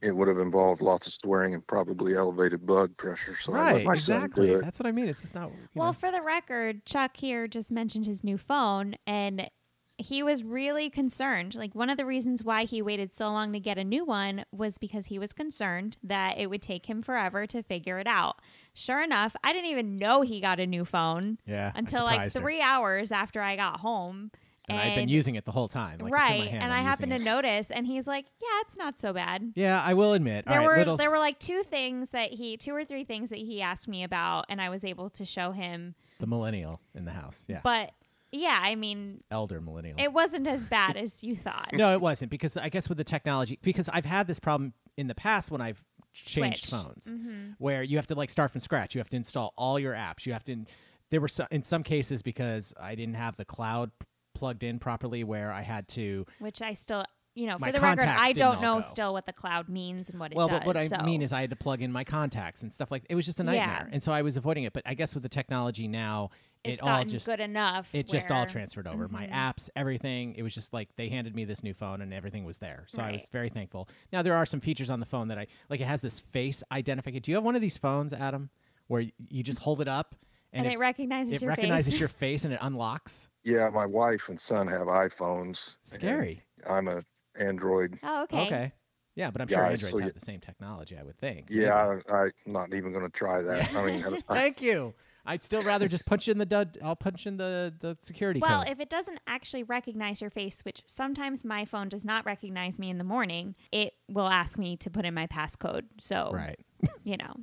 L: It would have involved lots of swearing and probably elevated blood pressure. So I let
C: right.
L: my son do
C: Exactly.
L: it.
C: That's what I mean. It's just not.
B: Well, for the record, Chuck here just mentioned his new phone and he was really concerned. Like one of the reasons why he waited so long to get a new one was because he was concerned that it would take him forever to figure it out. Sure enough, I didn't even know he got a new phone
C: Yeah, I
B: until like
C: surprised her.
B: 3 hours after I got home.
C: And I've been using it the whole time. Like, It's in my
B: right,
C: hand.
B: and I
C: I'm using
B: happened to
C: it.
B: notice and he's like, "Yeah, it's not so bad."
C: Yeah, I will admit.
B: There
C: all right,
B: were
C: Littles-
B: there were like two things that he two or three things that he asked me about and I was able to show him.
C: the millennial in the house. Yeah.
B: But yeah, I mean,
C: elder millennial.
B: it wasn't as bad as you thought.
C: No, it wasn't because I guess with the technology, because I've had this problem in the past when I've changed
B: Switched.
C: phones,
B: Mhm.
C: where you have to like start from scratch. You have to install all your apps. You have to. In, there were so, in some cases because I didn't have the cloud p- plugged in properly, where I had to.
B: Which I still, you know,
C: My
B: for the record,
C: contacts
B: I
C: didn't
B: don't
C: all
B: know
C: go.
B: still what the cloud means and what it
C: well,
B: does.
C: but what I
B: so.
C: mean is I had to plug in my contacts and stuff like it was just a
B: Yeah.
C: nightmare, and so I was avoiding it. But I guess with the technology now,
B: it's
C: it all
B: gotten
C: just
B: good enough.
C: it just all
B: where-
C: transferred over my
B: Mhm.
C: apps everything it was just like they handed me this new phone and everything was there so i was
B: Right.
C: very thankful now there are some features on the phone that i like it has this face identification do you have one of these phones adam where y- you just hold it up
B: And it recognizes
C: it
B: your face.
C: recognizes your face and it unlocks
L: Yeah, my wife and son have iPhones. and
C: Scary.
L: I'm a Android.
B: Oh, okay.
C: okay Yeah, but I'm sure
L: guys,
C: Androids
L: so
C: have
L: you-
C: the same technology, I would think.
L: Yeah, I, I'm not even going to try that. I mean, I, I-
C: Thank you. I'd still rather just punch in the dud. I'll punch in the the security
B: Well,
C: code.
B: if it doesn't actually recognize your face, which sometimes my phone does not recognize me in the morning, it will ask me to put in my passcode. So,
C: Right.
B: you know,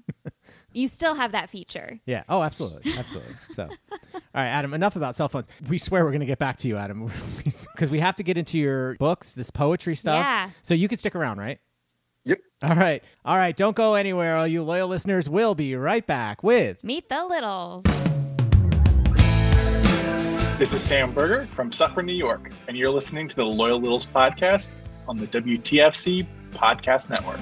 B: you still have that feature.
C: yeah. Oh, absolutely, absolutely. So, all right, Adam. Enough about cell phones. We swear we're going to get back to you, Adam, because we have to get into your books, this poetry stuff.
B: Yeah.
C: So you can stick around, right? Yep. All right. All right. Don't go anywhere. All you loyal listeners will be right back with.
B: Meet the Littles.
M: This is Sam Berger from Sucker, New York, and you're listening to the Loyal Littles podcast on the WTFC Podcast Network.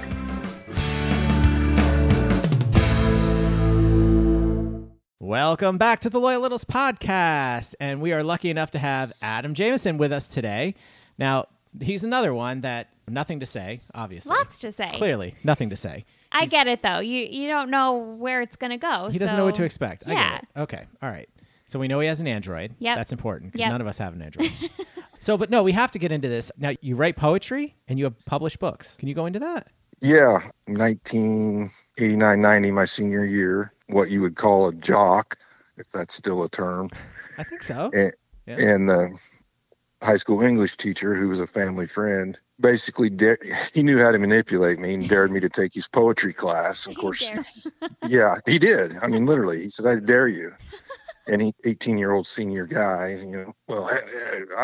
C: Welcome back to the Loyal Littles podcast. And we are lucky enough to have Adam Jameson with us today. Now, he's another one that nothing to say, obviously.
B: Lots to say.
C: Clearly, nothing to say.
B: I get it though. You you don't know where it's going to go.
C: He doesn't
B: so-
C: know what to expect. I
B: Yeah.
C: get it. Okay. All right. So we know he has an Android.
B: Yep.
C: That's important because
B: Yep.
C: none of us have an Android. so, but no, we have to get into this. Now, you write poetry and you have published books. Can you go into that?
L: yeah, 1989 90, my senior year, what you would call a jock, if that's still a term.
C: I think so.
L: and,
C: Yeah.
L: and the high school English teacher, who was a family friend, basically da- he knew how to manipulate me and dared me to take his poetry class. Of course, yeah, he did. I mean, literally, he said, "I dare you." And he, eighteen-year-old senior guy, you know, well, I,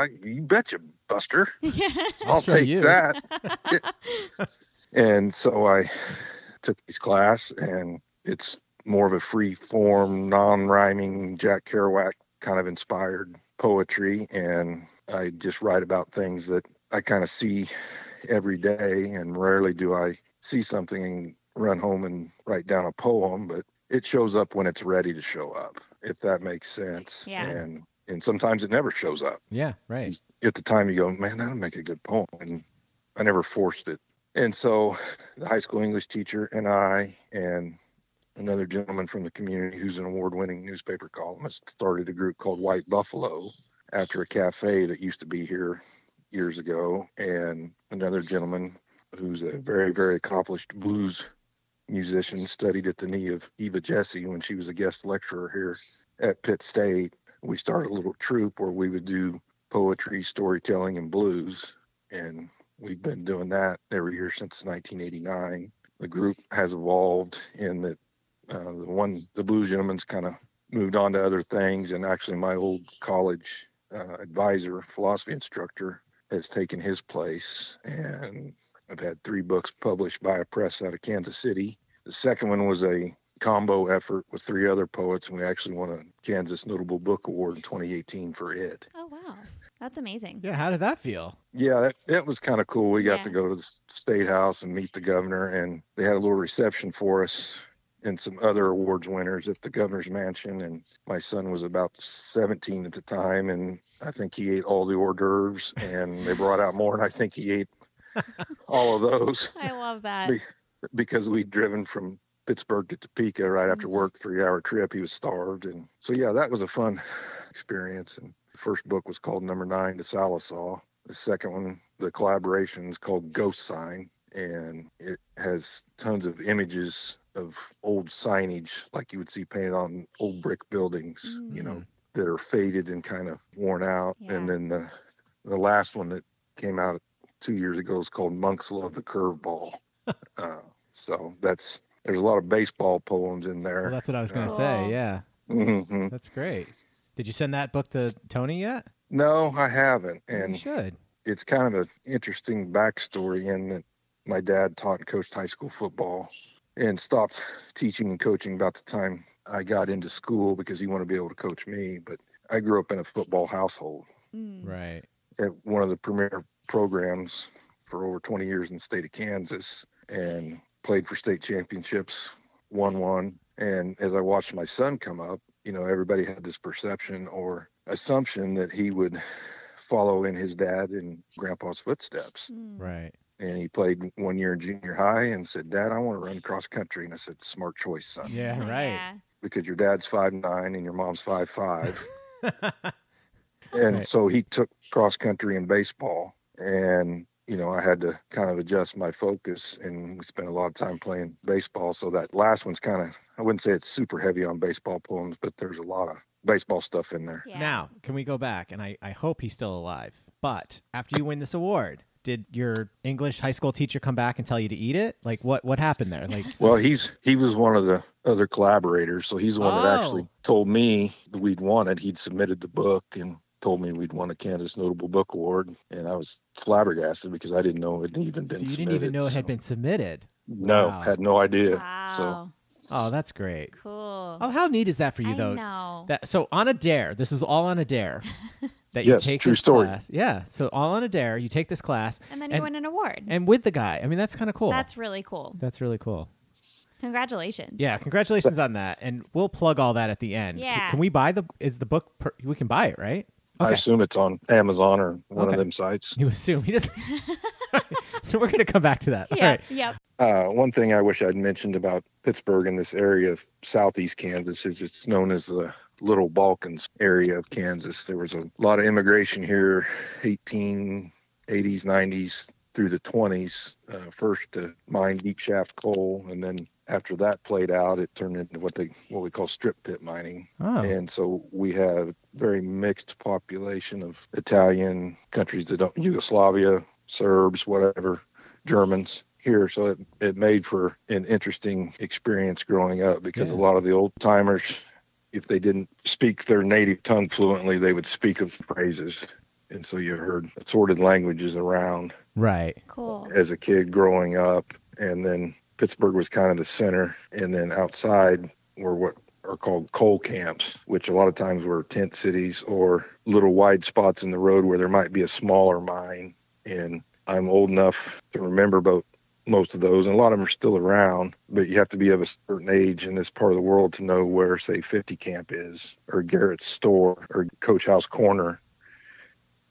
L: I, you betcha, Buster. I'll
G: show
L: take
G: you."
L: that. and so I took his class, and it's more of a free form, non rhyming, Jack Kerouac kind of inspired poetry. And I just write about things that I kind of see every day, and rarely do I see something and run home and write down a poem, but it shows up when it's ready to show up, if that makes sense.
G: Yeah.
L: And and sometimes it never shows up
C: Yeah, right.
L: at the time you go, man, that'll make a good poem. And I never forced it. And so the high school English teacher and I and another gentleman from the community who's an award winning newspaper columnist started a group called White Buffalo after a cafe that used to be here years ago. And another gentleman who's a very, very accomplished blues musician studied at the knee of Eva Jesse when she was a guest lecturer here at Pitt State. We started a little troupe where we would do poetry, storytelling, and blues. And we've been doing that every year since 1989. The group has evolved in that uh, the one, the blues gentleman's kind of moved on to other things. And actually, my old college uh, advisor, philosophy instructor, has taken his place. And I've had three books published by a press out of Kansas City. The second one was a combo effort with three other poets, and we actually won a Kansas Notable Book Award in 2018 for it.
B: Oh wow. That's amazing.
C: Yeah. How did that feel?
L: Yeah, that, that was kind of cool. We got
B: Yeah.
L: to go to the s- state house and meet the governor, and they had a little reception for us and some other awards winners at the governor's mansion. And my son was about 17 at the time, and I think he ate all the hors d'oeuvres, and they brought out more, and I think he ate all of those
B: I love that.
L: Be- uh, because we'd driven from Pittsburgh to Topeka right after work, three hour trip. He was starved. And so, yeah, that was a fun experience. And the first book was called Number Nine to Salisaw. The second one, the collaboration is called Ghost Sign. And it has tons of images of old signage, like you would see painted on old brick buildings, you know, that are faded and kind of worn out. And then the, the last one that came out two years ago is called Monks Love the Curveball. uh, so that's there's a lot of baseball poems in there.
C: Well, that's what I was going to say. Yeah.
L: Mhm.
C: That's great. Did you send that book to Tony yet?
L: No, I haven't. And
C: you should.
L: it's kind of an interesting backstory in that my dad taught and coached high school football and stopped teaching and coaching about the time I got into school because he wanted to be able to coach me. But I grew up in a football household.
B: Hmm.
C: Right.
L: at one of the premier programs for over 20 years in the state of Kansas and played for state championships, won one. And as I watched my son come up, you know, everybody had this perception or assumption that he would follow in his dad and grandpa's footsteps.
B: Hmm.
C: Right.
L: And he played one year in junior high and said, Dad, I want to run cross country. And I said, Smart choice, son.
C: Yeah. Right.
L: Because your dad's five nine and your mom's five five. and so he took cross country and baseball and you know, I had to kind of adjust my focus and we spent a lot of time playing baseball. So that last one's kind of, I wouldn't say it's super heavy on baseball poems, but there's a lot of baseball stuff in there.
C: Now, can we go back? And I, I hope he's still alive. But after you win this award, did your English high school teacher come back and tell you to eat it? Like what what happened there? Like
L: Well, he's he was one of the other collaborators, so he's the one that
C: Oh.
L: actually told me that we'd won it. He'd submitted the book and told me we'd won a Kansas Notable Book Award, and I was flabbergasted because I didn't know it had even
C: so
L: been.
C: you
L: submitted.
C: didn't even know it had been submitted.
L: No,
C: Wow.
L: had no idea. So
C: Oh, that's great.
B: Cool.
C: Oh, how neat is that for you
B: I
C: though?
B: know.
C: That so on a dare, this was all on a dare. That
L: Yes,
C: you take
L: true
C: this
L: story.
C: class. Yeah. So all on a dare, you take this class.
B: And then you win an award.
C: And with the guy. I mean that's kinda cool.
B: That's really cool.
C: that's really cool.
B: Congratulations.
C: Yeah, congratulations on that. And we'll plug all that at the end. C-
B: Yeah.
C: Can we buy the is the book per, we can buy it, right?
L: I assume it's on Amazon or one
C: Okay.
L: of them sites.
C: You assume he doesn't. so we're gonna come back to that. All right.
B: Yep.
L: Uh, one thing I wish I'd mentioned about Pittsburgh and this area of southeast Kansas is it's known as the Little Balkans area of Kansas. There was a lot of immigration here, 1880s, 90s through the 20s, uh, first to mine deep shaft coal, and then after that played out, it turned into what they what we call strip pit mining.
C: Oh.
L: And so we have very mixed population of Italian countries that don't Yugoslavia, Serbs, whatever, Germans here. So it, it made for an interesting experience growing up because a lot of the old timers, if they didn't speak their native tongue fluently, they would speak of phrases. And so you heard assorted languages around
C: Right.
B: Cool.
L: as a kid growing up and then pittsburgh was kind of the center and then outside were what are called coal camps which a lot of times were tent cities or little wide spots in the road where there might be a smaller mine and i'm old enough to remember both most of those and a lot of them are still around but you have to be of a certain age in this part of the world to know where say 50 camp is or garrett's store or coach house corner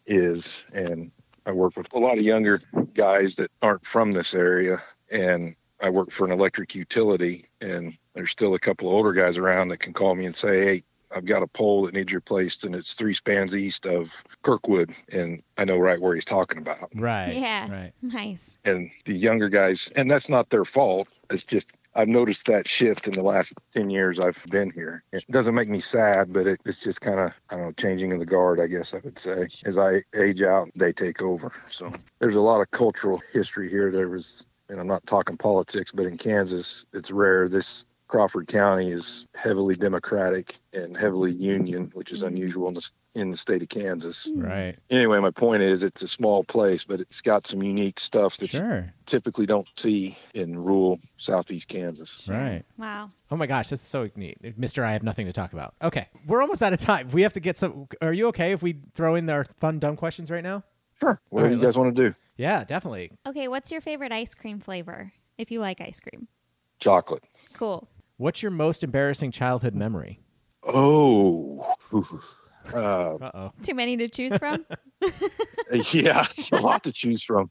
L: is and I work with a lot of younger guys that aren't from this area, and I work for an electric utility, and there's still a couple of older guys around that can call me and say, "Hey, I've got a pole that needs replaced, and it's three spans east of Kirkwood," and I know right where he's talking about.
C: Right.
B: Yeah. Nice.
L: And the younger guys, and that's not their fault. It's just I've noticed that shift in the last ten years I've been here. It doesn't make me sad, but it, it's just kind of I don't know, changing of the guard, I guess I would say. As I age out, they take over. So there's a lot of cultural history here. There was, and I'm not talking politics, but in Kansas, it's rare. This Crawford County is heavily Democratic and heavily Union, which is unusual in the, in the state of Kansas.
B: Hmm.
C: Right.
L: Anyway, my point is it's a small place, but it's got some unique stuff that
C: Sure.
L: you typically don't see in rural southeast Kansas.
C: Right.
B: Wow.
C: Oh my gosh, that's so neat. Mr. I have nothing to talk about. Okay. We're almost out of time. We have to get some Are you okay if we throw in our fun dumb questions right now?
L: Sure. What do you guys want to do?
C: Yeah, definitely.
B: Okay, what's your favorite ice cream flavor? If you like ice cream.
L: Chocolate.
B: Cool.
C: What's your most embarrassing childhood memory?
L: Oh. Uh,
C: Uh-oh.
B: Too many to choose from?
L: yeah, a lot to choose from.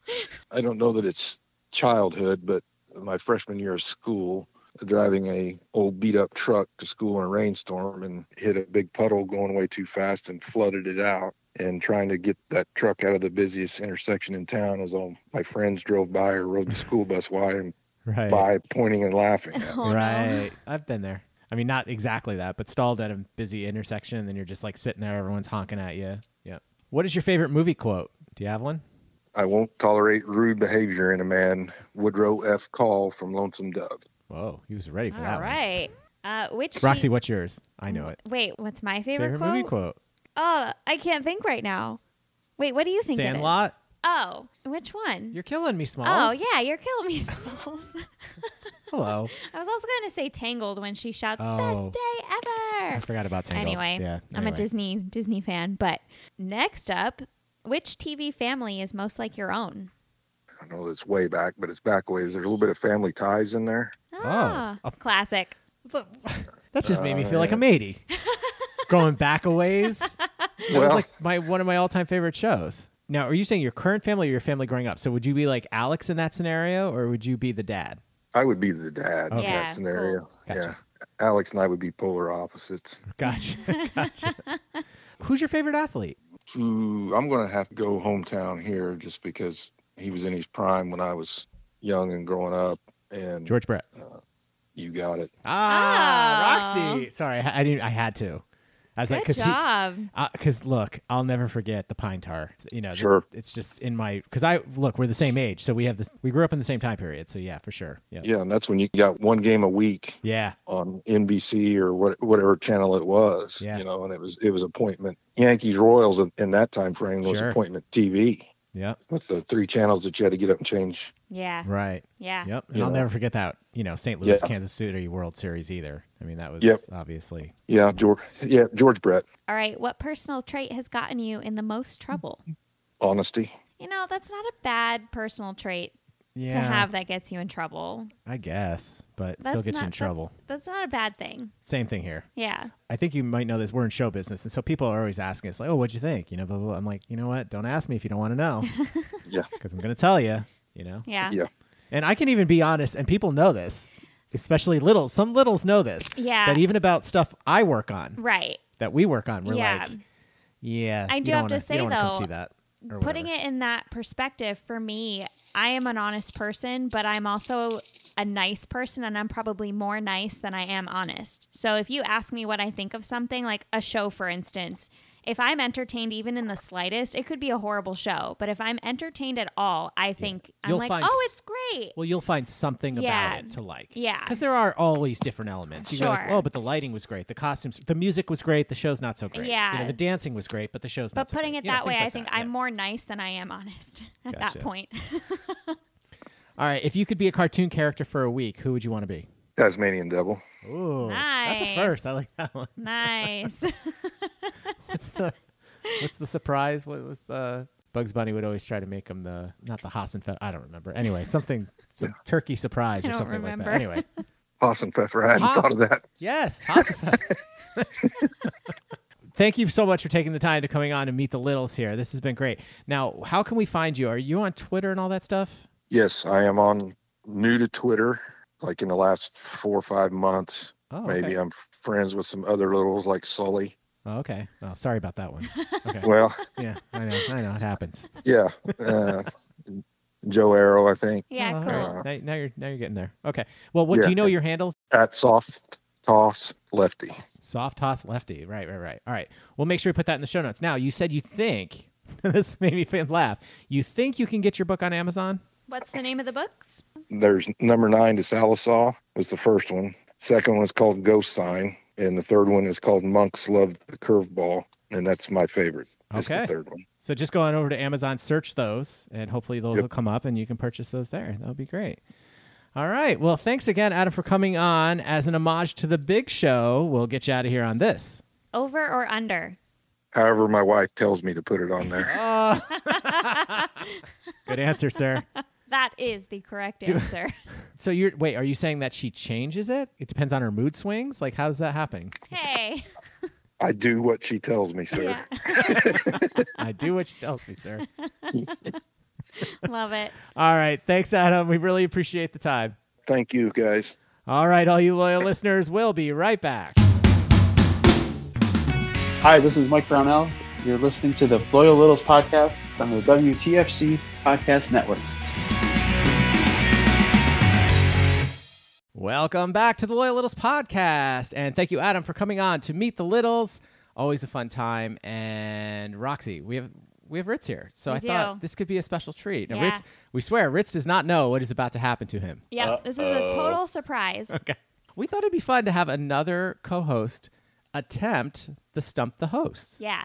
L: I don't know that it's childhood, but my freshman year of school, driving a old beat up truck to school in a rainstorm and hit a big puddle going way too fast and flooded it out. And trying to get that truck out of the busiest intersection in town as all my friends drove by or rode the school bus by and
C: Right.
L: by pointing and laughing. At me.
B: Oh,
C: right. I've been there. I mean, not exactly that, but stalled at a busy intersection and then you're just like sitting there, everyone's honking at you. Yeah. What is your favorite movie quote? Do you have one?
L: I won't tolerate rude behavior in a man. Woodrow F. Call from Lonesome Dove.
C: Whoa, he was ready for that
B: All right. Uh, which
C: one. Roxy, what's yours? I know it.
B: Wait, what's my favorite,
C: favorite
B: quote?
C: movie quote?
B: Oh, I can't think right now. Wait, what do you think it is?
C: Sandlot.
B: Oh, which one?
C: You're killing me, Smalls.
B: Oh yeah, you're killing me, Smalls.
C: Hello.
B: I was also gonna say Tangled when she shouts
C: Oh.
B: "Best day ever."
C: I forgot about Tangled.
B: Anyway,
C: Yeah,
B: I'm a
C: anyway.
B: Disney Disney fan. But next up, which TV family is most like your own?
L: I know it's way back, but it's back ways. There's a little bit of family ties in there.
C: Oh.
B: Ah, classic.
C: That just made me
L: Uh,
C: feel like I'm 80. Going back a ways. That was
L: Well-
C: like my one of my all time favorite shows. Now, are you saying your current family or your family growing up? So would you be like Alex in that scenario or would you be the dad?
L: I would be the dad
C: Okay.
L: in
C: Yeah,
L: that scenario.
C: Gotcha.
L: Yeah. Alex and I would be polar opposites.
C: Gotcha. gotcha. Who's your favorite athlete?
L: Ooh, I'm going to have to go hometown here just because He was in his prime when I was young and growing up. And
C: George Brett.
L: you got it.
C: Ah, Roxy. Sorry, I, I didn't. I had to. I was
B: Oh.
C: like,
B: Good
C: because
B: job.
C: because look, I'll never forget the pine tar. You know,
L: Sure.
C: it's just in my because I look, we're the same age, so we have this. We grew up in the same time period, so yeah, for sure. Yeah,
L: Yeah, and that's when you got one game a week
C: yeah,
L: on NBC or what, whatever channel it was.
C: Yeah.
L: You know, and it was it was appointment Yankees Royals in, in that time frame was
C: Sure.
L: appointment TV
C: yeah,
L: with the three channels that you had to get up and change.
B: Yeah.
C: right.
B: Yeah.
C: Yep. And
L: Yeah.
C: I'll never forget that. You know, St. Louis,
L: Yeah.
C: Kansas City World Series either. I mean, that was
L: Yep.
C: obviously
L: Yeah, George. Yeah, George Brett.
B: All right. What personal trait has gotten you in the most trouble?
L: Honesty.
B: You know, that's not a bad personal trait to
C: Yeah.
B: have that gets you in trouble.
C: I guess, but
B: That's
C: still gets
B: not-
C: you in trouble.
B: That's, that's not a bad thing.
C: Same thing here.
B: Yeah.
C: I think you might know this. We're in show business, and so people are always asking us, like, "Oh, what'd you think?" You know, blah blah. blah. I'm like, you know what? Don't ask me if you don't want to know.
L: yeah,
C: because I'm gonna tell you. You know.
B: Yeah. Yeah.
C: And I can even be honest, and people know this, especially littles. Some littles know this.
B: Yeah.
C: That even about stuff I work on,
B: Right.
C: that we work on, we're
B: Yeah.
C: like, yeah.
B: I
C: you
B: do
C: don't
B: have to
C: wanna- you
B: say,
C: don't wanna come
B: though,
C: see that. or
B: Putting
C: whatever.
B: it in that perspective for me, I am an honest person, but I'm also a nice person and I'm probably more nice than I am honest. So if you ask me what I think of something, like a show for instance, if I'm entertained even in the slightest, it could be a horrible show. But if I'm entertained at all, I think I'm
C: You'll
B: like,
C: find
B: "Oh,
C: s-
B: it's great."
C: Well, you'll find something
B: Yeah.
C: about it to like.
B: Yeah.
C: Because there are always different elements. You go like,
B: Sure.
C: oh, but the lighting was great. The costumes, the music was great. The show's not so great. You know,
B: Yeah.
C: the dancing was great, but the show's not
B: But
C: so
B: putting
C: great.
B: it
C: You know,
B: that way,
C: things
B: I
C: like
B: think
C: that.
B: I'm more nice than I am honest at
C: Gotcha.
B: that point.
C: All right. If you could be a cartoon character for a week, who would you want to be?
L: Tasmanian Devil.
C: Ooh. That's
B: Nice.
C: a first. I like that one.
B: nice.
C: What's the What's the surprise? What was the Bugs Bunny would always try to make him the not the Hassenfett. I don't remember. Anyway, something some turkey surprise
B: I
C: or
B: don't
C: something
B: remember.
C: like that. Anyway,
L: Awesome Pfeffer. I hadn't
C: Ah.
L: thought of that.
C: yes, Hassenfett. Thank you so much for taking the time to coming on and meet the littles here. This has been great. Now, how can we find you? Are you on Twitter and all that stuff?
L: Yes, I am on new to Twitter. Like in the last four or five months,
C: Oh,
L: maybe
C: okay.
L: I'm friends with some other littles like Sully.
C: Oh, okay. Oh, sorry about that one. Okay.
L: Well,
C: yeah, I know. I know it happens.
L: yeah, uh, Joe Arrow, I think.
B: Yeah,
C: Oh,
B: cool.
C: all right. Now, now you're now you're getting there. Okay. Well, what do
L: Yeah.
C: you know your handle?
L: At soft toss lefty.
C: Soft toss lefty. Right, right, right. All right. We'll make sure we put that in the show notes. Now, you said you think this made me fin- laugh. You think you can get your book on Amazon?
B: What's the name of the books?
L: There's number nine to Salisaw was the first one. Second one is called Ghost Sign, and the third one is called Monks Love the Curveball, and that's my favorite. It's
C: Okay.
L: the third one.
C: So just go on over to Amazon, search those, and hopefully those will come up and you can purchase those there. That would be great. All right. Well, thanks again, Adam, for coming on as an homage to the big show. We'll get you out of here on this.
B: Over or under?
L: However, my wife tells me to put it on there.
C: Oh. Good answer, sir.
B: That is the correct
C: Do-
B: answer.
C: So you're wait, are you saying that she changes it? It depends on her mood swings? Like how does that happen?
B: hey.
L: I do what she tells me, sir.
C: I do what she tells me, sir.
B: Love it.
C: All right. Thanks, Adam. We really appreciate the time.
L: Thank you, guys.
C: All right, all you loyal listeners, we'll be right back.
M: Hi, this is Mike Brownell. You're listening to the Loyal Littles podcast on the WTFC Podcast Network.
C: Welcome back to the Loyal Littles podcast. And thank you, Adam, for coming on to meet the Littles. Always a fun time. And Roxy, we have we have Ritz here. So
B: We
C: I thought
B: do.
C: this could be a special treat. Now,
B: Yeah.
C: Ritz, we swear Ritz does not know what is about to happen to him.
B: Yeah, this is a total surprise.
C: Okay. We thought it'd be fun to have another co-host attempt the stump the hosts.
B: Yeah.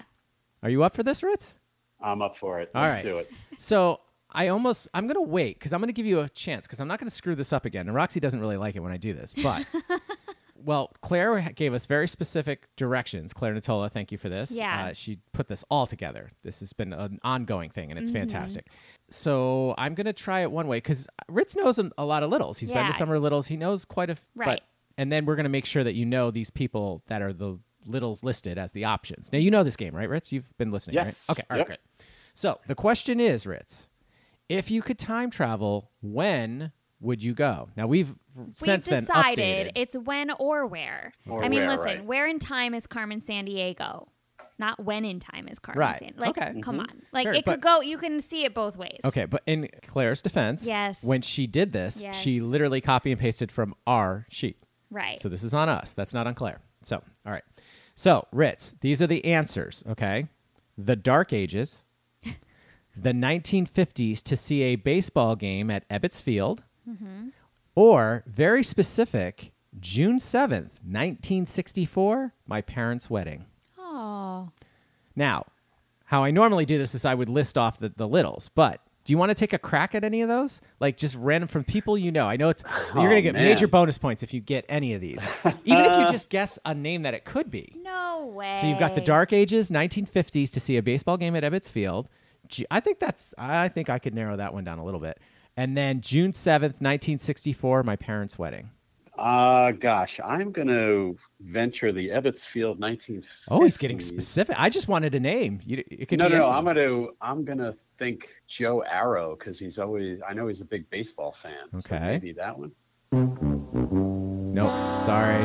C: Are you up for this, Ritz?
E: I'm up for it.
C: All
E: Let's
C: right.
E: do it.
C: So I almost I'm gonna wait because I'm gonna give you a chance because I'm not gonna screw this up again. And Roxy doesn't really like it when I do this, but well, Claire ha- gave us very specific directions. Claire Natola, thank you for this.
B: Yeah.
C: uh, she put this all together. This has been an ongoing thing, and it's
B: Mhm.
C: fantastic. So I'm gonna try it one way because Ritz knows an- a lot of littles. He's been
B: Yeah.
C: to summer littles. He knows quite a f- but-
B: Right.
C: and then we're gonna make sure that you know these people that are the littles listed as the options. Now you know this game, right, Ritz? You've been listening. right?
E: Yes.
C: Okay. All right.
E: Yep.
C: Great. So the question is, Ritz, if you could time travel, when would you go? Now we've since
B: We've
C: then
B: decided
C: updated.
B: it's when or where.
E: Or
B: I mean,
E: where,
B: listen,
E: right.
B: where in time is Carmen San Diego? Not when in time is Carmen
C: Right.
B: saying. Like,
C: Okay.
B: come
C: Mhm.
B: on. Like,
C: Sure,
B: it could
C: but-
B: go, you can see it both ways.
C: Okay, but in Claire's defense,
B: Yes.
C: when she did this, she
B: Yes.
C: literally copy and pasted from our sheet.
B: Right.
C: So this is on us. That's not on Claire. So, all right. So, Ritz, these are the answers, okay? The Dark Ages, the 1950s to see a baseball game at Ebbets Field,
B: Mm-hmm.
G: Mhm.
C: or very specific, June 7th, 1964, my parents' wedding.
B: Oh.
C: Now, how I normally do this is I would list off the, the littles, but do you want to take a crack at any of those? Like just random from people you know. I know it's you're
E: Oh,
C: gonna get
E: man.
C: major bonus points if you get any of these. Even if you just guess a name that it could be.
B: No way.
C: So you've got the Dark Ages, 1950s to see a baseball game at Ebbets Field. Ju- I think that's I think I could narrow that one down a little bit. And then June 7th, 1964, my parents' wedding.
E: Uh, gosh, I'm going to venture the Ebbets Field 1950s.
C: Oh, he's getting specific. I just wanted a name. You, it could
E: no,
C: be
E: no, no.
C: anything.
E: I'm gonna I'm gonna think Joe Arrow because he's always I know he's a big baseball fan. So
C: Okay.
E: maybe that one.
C: Nope. Sorry.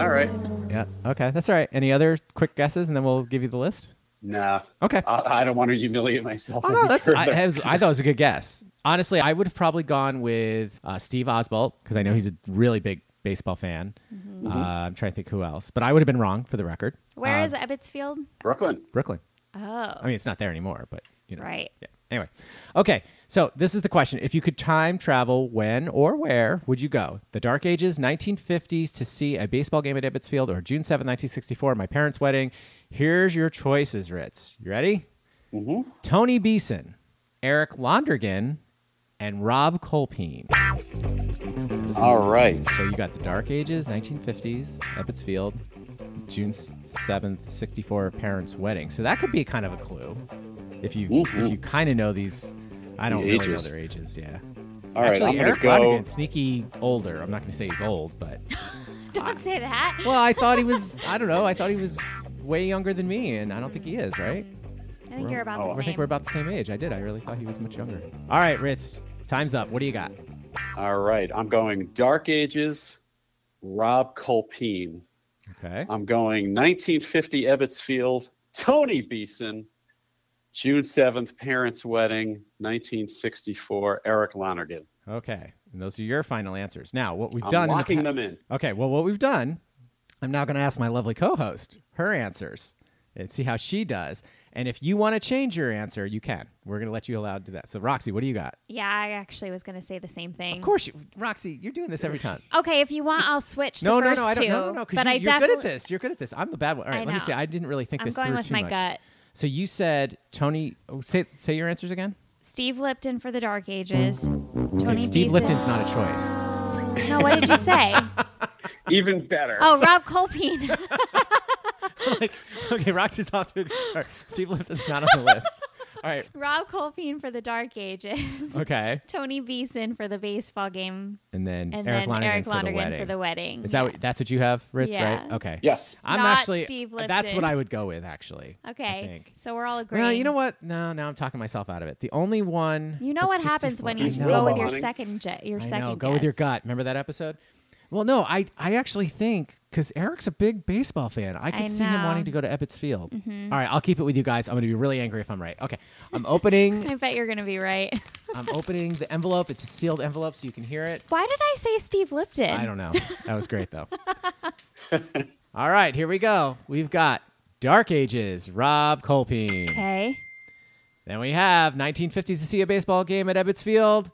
E: All right.
C: Yeah. Okay. That's all right. Any other quick guesses, and then we'll give you the list.
E: Nah.
C: Okay.
E: I, I don't want to humiliate myself.
C: Oh no,
E: any
C: that's I,
E: further.
C: I was- I thought it was a good guess. Honestly, I would have probably gone with uh, Steve Osbalt because I know he's a really big baseball fan.
B: Mhm.
C: Uh,
B: Mhm.
C: I'm trying to think who else, but I would have been wrong for the record.
B: Where
C: Uh,
B: is Ebbets Field?
E: Brooklyn?
C: Brooklyn.
B: Oh.
C: I mean, it's not there anymore, but you know.
B: Right.
C: Yeah. Anyway, okay. So this is the question: If you could time travel, when or where would you go? The Dark Ages, 1950s, to see a baseball game at Ebbets Field, or June 7, 1964, my parents' wedding. Here's your choices, Ritz. You ready?
E: Mm-hmm.
C: Tony Beeson, Eric Londergan, and Rob Colpeen. This
E: All right.
C: So you got the Dark Ages, 1950s, Ebbets Field, June 7th, 64, parents' wedding. So that could be kind of a clue if you if
E: Mhm.
C: you kind of know these. I don't
E: The
C: really know
E: ages.
C: their ages. Yeah.
E: All right,
C: Actually,
E: I'm gonna
C: Eric
E: go-
C: Londergan's sneaky older. I'm not going to say he's old, but
B: Don't say that.
C: well, I thought he was. I don't know. I thought he was way younger than me, and I don't think he is. Right.
B: I think you're about the same.
C: Oh, I think we're about the same age. I did. I really thought he was much younger. All right, Ritz. Time's up. What do you got?
E: All right. I'm going Dark Ages, Rob Culpeen.
C: Okay.
E: I'm going 1950 Ebbets Field, Tony Beeson, June 7th, Parents' Wedding, 1964, Eric Lonergan.
C: Okay. And those are your final answers. Now, what we've
E: I'm
C: done. in the
E: locking
C: pa-
E: them in.
C: Okay. Well, what we've done, I'm now going to ask my lovely co host her answers and see how she does. And if you want to change your answer, you can. We're going to let you allowed to do that. So, Roxy, what do you got?
B: Yeah, I actually was going to say the same thing. Of
C: course, you, Roxy, you're doing this every time.
B: Okay, if you want, I'll switch.
C: no,
B: the
C: no,
B: first
C: no, I don't.
B: Two,
C: No, no, no. Because
B: but I
C: you, are good at
B: definitely-
C: this. You're good at this. I'm the bad one. All
B: I
C: right. Let me
B: know.
C: see. I didn't really think
B: I'm
C: this
B: going
C: through
B: with
C: too
B: my
C: much.
B: gut.
C: So you said Tony. Oh, say say your answers again.
B: Steve Lipton for the Dark Ages. Tony
C: Okay, Steve
B: Beeson.
C: Lipton's not a choice.
B: No, what did you say?
E: Even better.
B: oh, Rob Colpeen.
C: okay, Roxy's off to a good start. Steve Lipton's not on the list. All right.
B: Rob Colpeen for the Dark Ages.
C: Okay.
B: Tony Beeson for the baseball game.
C: And then
B: And
C: Eric
B: then
C: Lonergan,
B: Eric
C: for, the
B: Lonergan for
C: wedding.
B: the wedding,
C: Is that what, that's what you have, Ritz? Right?
B: Yeah.
C: Okay.
E: Yes.
C: I'm
B: Not
C: actually. uh,
B: Steve
C: That's
B: Lipton.
C: what I would go with, actually. I
B: Okay,
C: think.
B: so we're all agreeing.
C: Well, you know what? No, now I'm talking myself out of it. The only one.
B: You know
C: that's
B: what happens
C: 64
B: when
C: I
B: you
C: know.
B: go with your second jet, your
C: I
B: second
C: know. Go with your gut. Remember that episode? Well, no, I I actually think because Eric's a big baseball fan, I
B: I
C: could see him
B: know.
C: wanting to go to Ebbets Field.
B: Mhm.
C: All right, I'll keep it with you guys. I'm going to be really angry if I'm right. Okay, I'm opening.
B: I bet you're gonna be right.
C: I'm opening the envelope. It's a sealed envelope, so you can hear it.
B: Why did I say Steve Lipton?
C: I don't know. That was great though. All right, here we go. We've got Dark Ages, Rob Colpeen.
B: Okay.
C: Then we have 1950s to see a baseball game at Ebbets Field.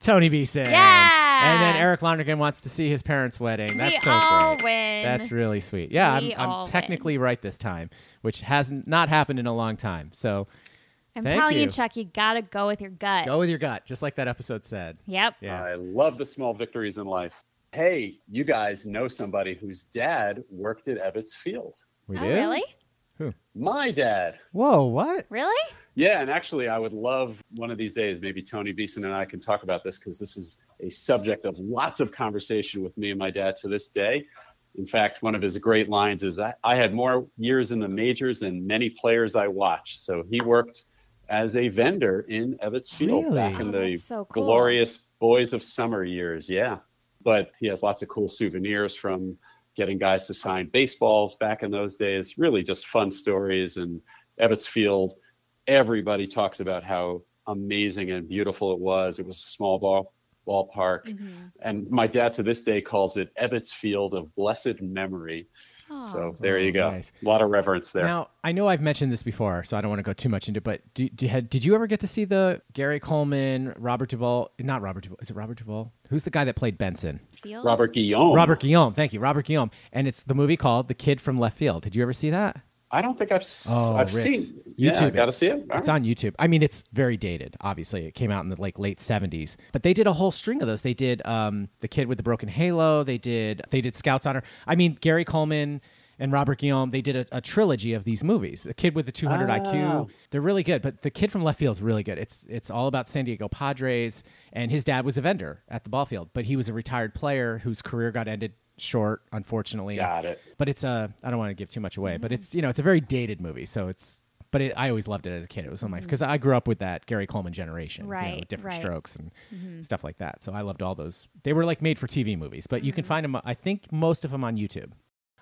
C: Tony Beeson.
B: Yeah.
C: And then Eric Lonergan wants to see his parents' wedding. That's
B: we
C: so
B: all
C: great.
B: win.
C: That's really sweet. Yeah,
B: We
C: I'm,
B: all
C: I'm technically right this time, which has not happened in a long time. So
B: I'm
C: thank
B: telling you.
C: you.
B: Chuck, you gotta go with your gut.
C: Go with your gut, just like that episode said.
B: Yep.
E: I love the small victories in life. Hey, you guys know somebody whose dad worked at Ebbets Field.
C: We
B: oh, really?
E: My dad.
C: Whoa, what?
B: Really?
E: Yeah, and actually, I would love one of these days, maybe Tony Beeson and I can talk about this because this is a subject of lots of conversation with me and my dad to this day. In fact, one of his great lines is I, I had more years in the majors than many players I watched. So he worked as a vendor in Ebbets Field
G: Really?
E: back in
G: Oh,
E: the
G: that's so cool.
E: glorious Boys of Summer years. Yeah. But he has lots of cool souvenirs from getting guys to sign baseballs back in those days. Really just fun stories. And Ebbets Field, everybody talks about how amazing and beautiful it was. It was a small ball ballpark. And my dad to this day calls it Ebbets Field of Blessed Memory. So there you go. A lot of reverence there.
C: Oh, Now, I know I've mentioned this before, so I don't want to go too much into it, but do, do, had, did you ever get to see the Gary Coleman, Robert Duvall, not Robert Duvall, is it Robert Duvall? Who's the guy that played Benson?
B: Field?
E: Robert Guillaume.
C: Robert Guillaume, thank you, Robert Guillaume. And it's the movie called The Kid from Left Field. Did you ever see that?
E: I don't think I've s-
C: Oh,
E: I've
C: Ritz.
E: seen
C: YouTube.
E: Yeah, I
C: it.
E: gotta see it. All
C: it's
E: right.
C: on YouTube. I mean, it's very dated. Obviously, it came out in the like late seventies. But they did a whole string of those. They did um, the kid with the broken halo. They did they did Scouts Honor. I mean, Gary Coleman and Robert Guillaume. They did a, a trilogy of these movies. The kid with the two hundred
E: Oh.
C: IQ. They're really good. But the kid from left field is really good. It's it's all about San Diego Padres. And his dad was a vendor at the ball field, but he was a retired player whose career got ended short, unfortunately.
E: Got it.
C: But it's a I don't want to give too much away, but
B: Mm-hmm.
C: it's you know it's a very dated movie, so it's but it, I always loved it as a kid. It was on my
B: Mhm.
C: because I grew up with that Gary Coleman generation, you know,
B: Right,
C: different
B: right.
C: strokes and
B: Mhm.
C: stuff like that. So I loved all those. They were like made for TV movies, but you
B: Mm-hmm.
C: can find them. I think most of them on YouTube.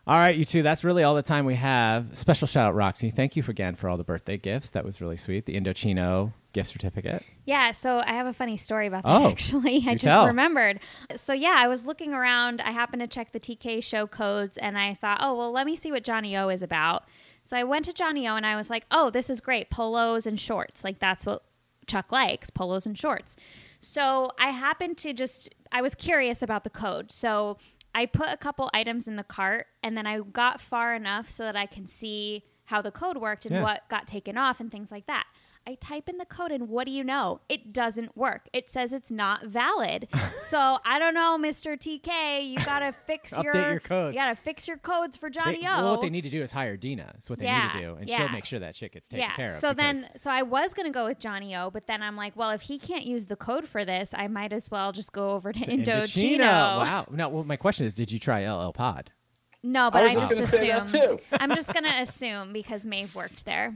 C: All right, you two. That's really all the time we have. Special shout out, Roxy. Thank you for, again for all the birthday gifts. That was really sweet. The Indochino gift certificate.
B: Yeah, so I have a funny story about that
C: Oh,
B: actually. I
C: you
B: just
C: tell.
B: remembered. So yeah, I was looking around. I happened to check the TK show codes and I thought, oh, well, let me see what Johnny O is about. So I went to Johnny O and I was like, oh, this is great. Polos and shorts. Like that's what Chuck likes polos and shorts. So I happened to just, I was curious about the code. So I put a couple items in the cart and then I got far enough so that I can see how the code worked and
N: Yeah.
B: what uh, got taken off and things like that. I type in the code and what do you know? It doesn't work. It says it's not valid. so I don't know, Mr. TK, you gotta fix your,
C: Update your codes.
B: You gotta fix your codes for Johnny
C: They-
B: O.
C: well, what they need to do is hire Dina. That's what they need
B: Yeah,
C: to do, and
B: yeah.
C: she'll make sure that shit gets taken care of.
B: So
C: because-
B: then, so I was gonna go with Johnny O, but then I'm like, well, if he can't use the code for this, I might as well just go over to
C: To
B: Indochino.
C: Wow. No, well, my question is, did you try LL Pod?
B: No,
C: I
B: but I,
C: was just
B: just
C: gonna
B: assume.
C: say that, too.
B: I'm just gonna assume because Maeve worked there,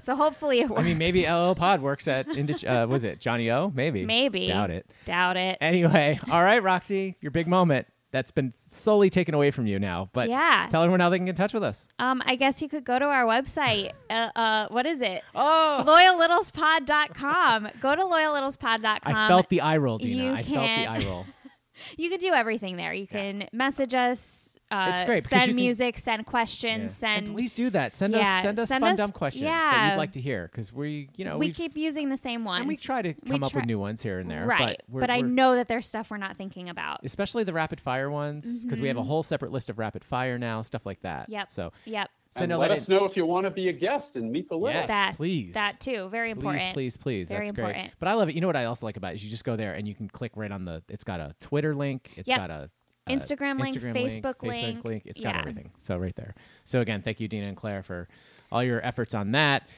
B: so hopefully it
C: I
B: works.
C: mean, maybe LL Pod works at Indig- uh, was it Johnny O? Maybe.
B: Maybe.
C: Doubt it.
B: Doubt it.
C: Anyway, all right, Roxy, your big moment that's been solely taken away from you now. But
B: Yeah.
C: tell everyone how they can get in touch with us.
B: Um, I guess you could go to our website. uh, uh, what is it?
C: Oh,
B: loyallittlespod.com. Go to loyallittlespod.com.
C: I felt the eye roll, Dina.
B: Um, you
C: I felt the
B: can-
C: eye roll.
B: You can do everything there. You can message us. Uh,
C: It's great because you
B: Send
C: can-
B: music. Send
C: Yeah.
B: questions.
C: And
B: Send.
C: please do that. Send
B: Yeah,
C: us send us
B: send
C: fun
B: us-
C: dumb questions that
B: yeah.
C: you'd like to hear because we you know
B: we
C: we've
B: keep using the same ones.
C: and we try to come up
B: try-
C: with new ones here and there.
B: Right,
C: But, we're,
B: I
C: we're-
B: know that there's stuff we're not thinking about.
C: especially the rapid fire ones because we have a
B: Mhm.
C: whole separate list of rapid fire now, stuff like that.
B: Yep.
C: So
B: Yep.
E: And
C: Send a
E: let
C: letter-
E: us know if you want to be a guest and meet the list.
C: Yes,
B: that,
C: please.
B: That too. Very important.
C: Please, please, please.
B: Very
C: That's
B: important.
C: great. But I love it. You know what I also like about it is you just go there and you can click right on the. It's got a Twitter link. It's
B: Yep.
C: got a. a
B: Instagram link,
C: uh, Instagram
B: Facebook
C: Facebook
B: link.
C: link. It's got
B: Yeah.
C: everything. So right there. So again, thank you, Dina and Claire, for all your efforts on that,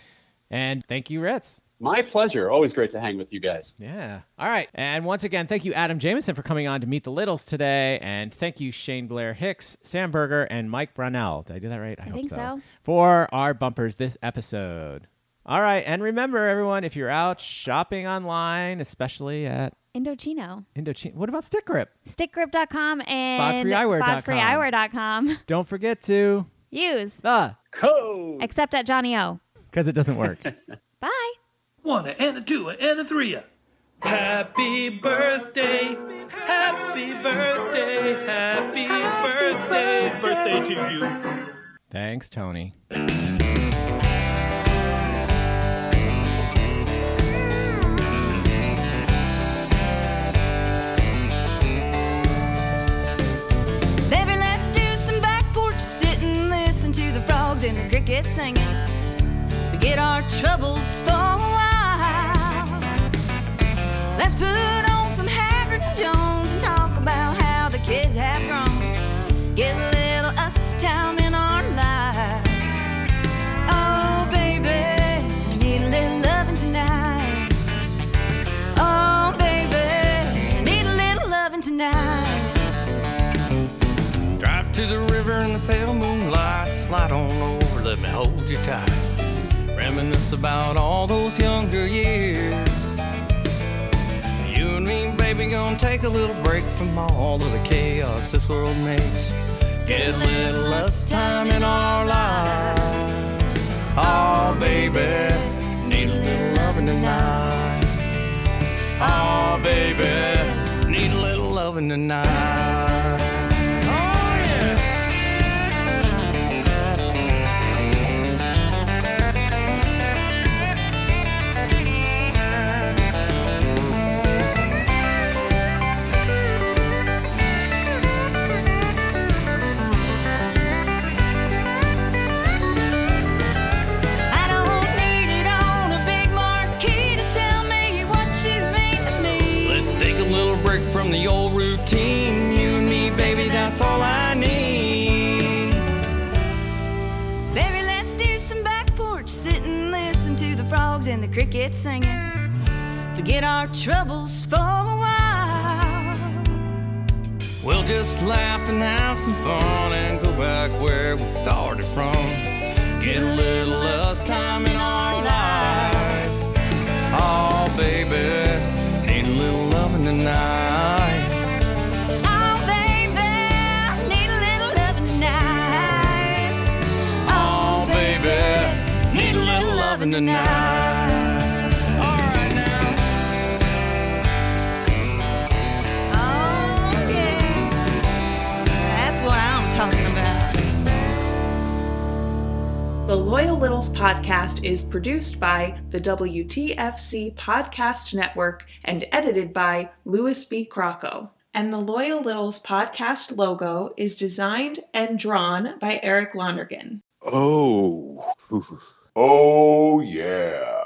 C: and thank you, Ritz.
E: My pleasure. Always great to hang with you guys.
C: Yeah. All right. And once again, thank you, Adam Jameson, for coming on to Meet the Littles today. And thank you, Shane Blair Hicks, Sam Berger, and Mike Brunell. Did I do that right? I, hope
B: think so.
C: For our bumpers this episode. All right. And remember, everyone, if you're out shopping online, especially at
B: Indochino.
C: Indochino, what about Stick Grip?
B: Stickgrip.com and
C: Fodfreeeyewear.com.
B: fodfreeeyewear.com.
C: Don't forget to,
B: Use.
C: The
E: code.
B: Except at Johnny O.
C: because it doesn't work.
B: Bye.
G: One and a two and a three. Happy birthday. Happy birthday. Happy birthday. Birthday to you.
C: Thanks, Tony.
I: Baby, let's do some back porch sitting, listen to the frogs and the crickets singing. Forget our troubles for a while. Let's put on some Haggard and Jones and talk about how the kids have grown. Get a little us time in our life. Oh, baby, I need a little loving tonight. Oh, baby, I need a little loving tonight.
J: Drive to the river in the pale moonlight, slide on over, let me hold you tight. Reminisce about all those younger years. You and me, baby, gonna take a little break from all of the chaos this world makes. Get a little less time in our lives. Oh, baby, need a little loving tonight. Oh, baby, need a little loving tonight. Oh,
I: I don't need it on a big marquee to tell me what you mean to me.
J: Let's take a little break from the old routine. You and me, baby, that's all I need.
I: Baby, let's do some back porch sitting, listen to the frogs and the crickets singing. Forget our troubles for a while.
J: We'll just laugh and have some fun and go back where we started from. Get a little less time in our lives. Oh, baby, need a little loving tonight.
I: Oh, baby, I need a little loving tonight.
J: Oh, baby, need a little loving tonight.
I: Oh, yeah. That's what I'm talking about.
A: The Loyal Littles podcast is produced by the WTFC Podcast Network and edited by Louis B. Crocco. And the Loyal Littles podcast logo is designed and drawn by Eric Lonergan.
L: Oh. Oh, yeah.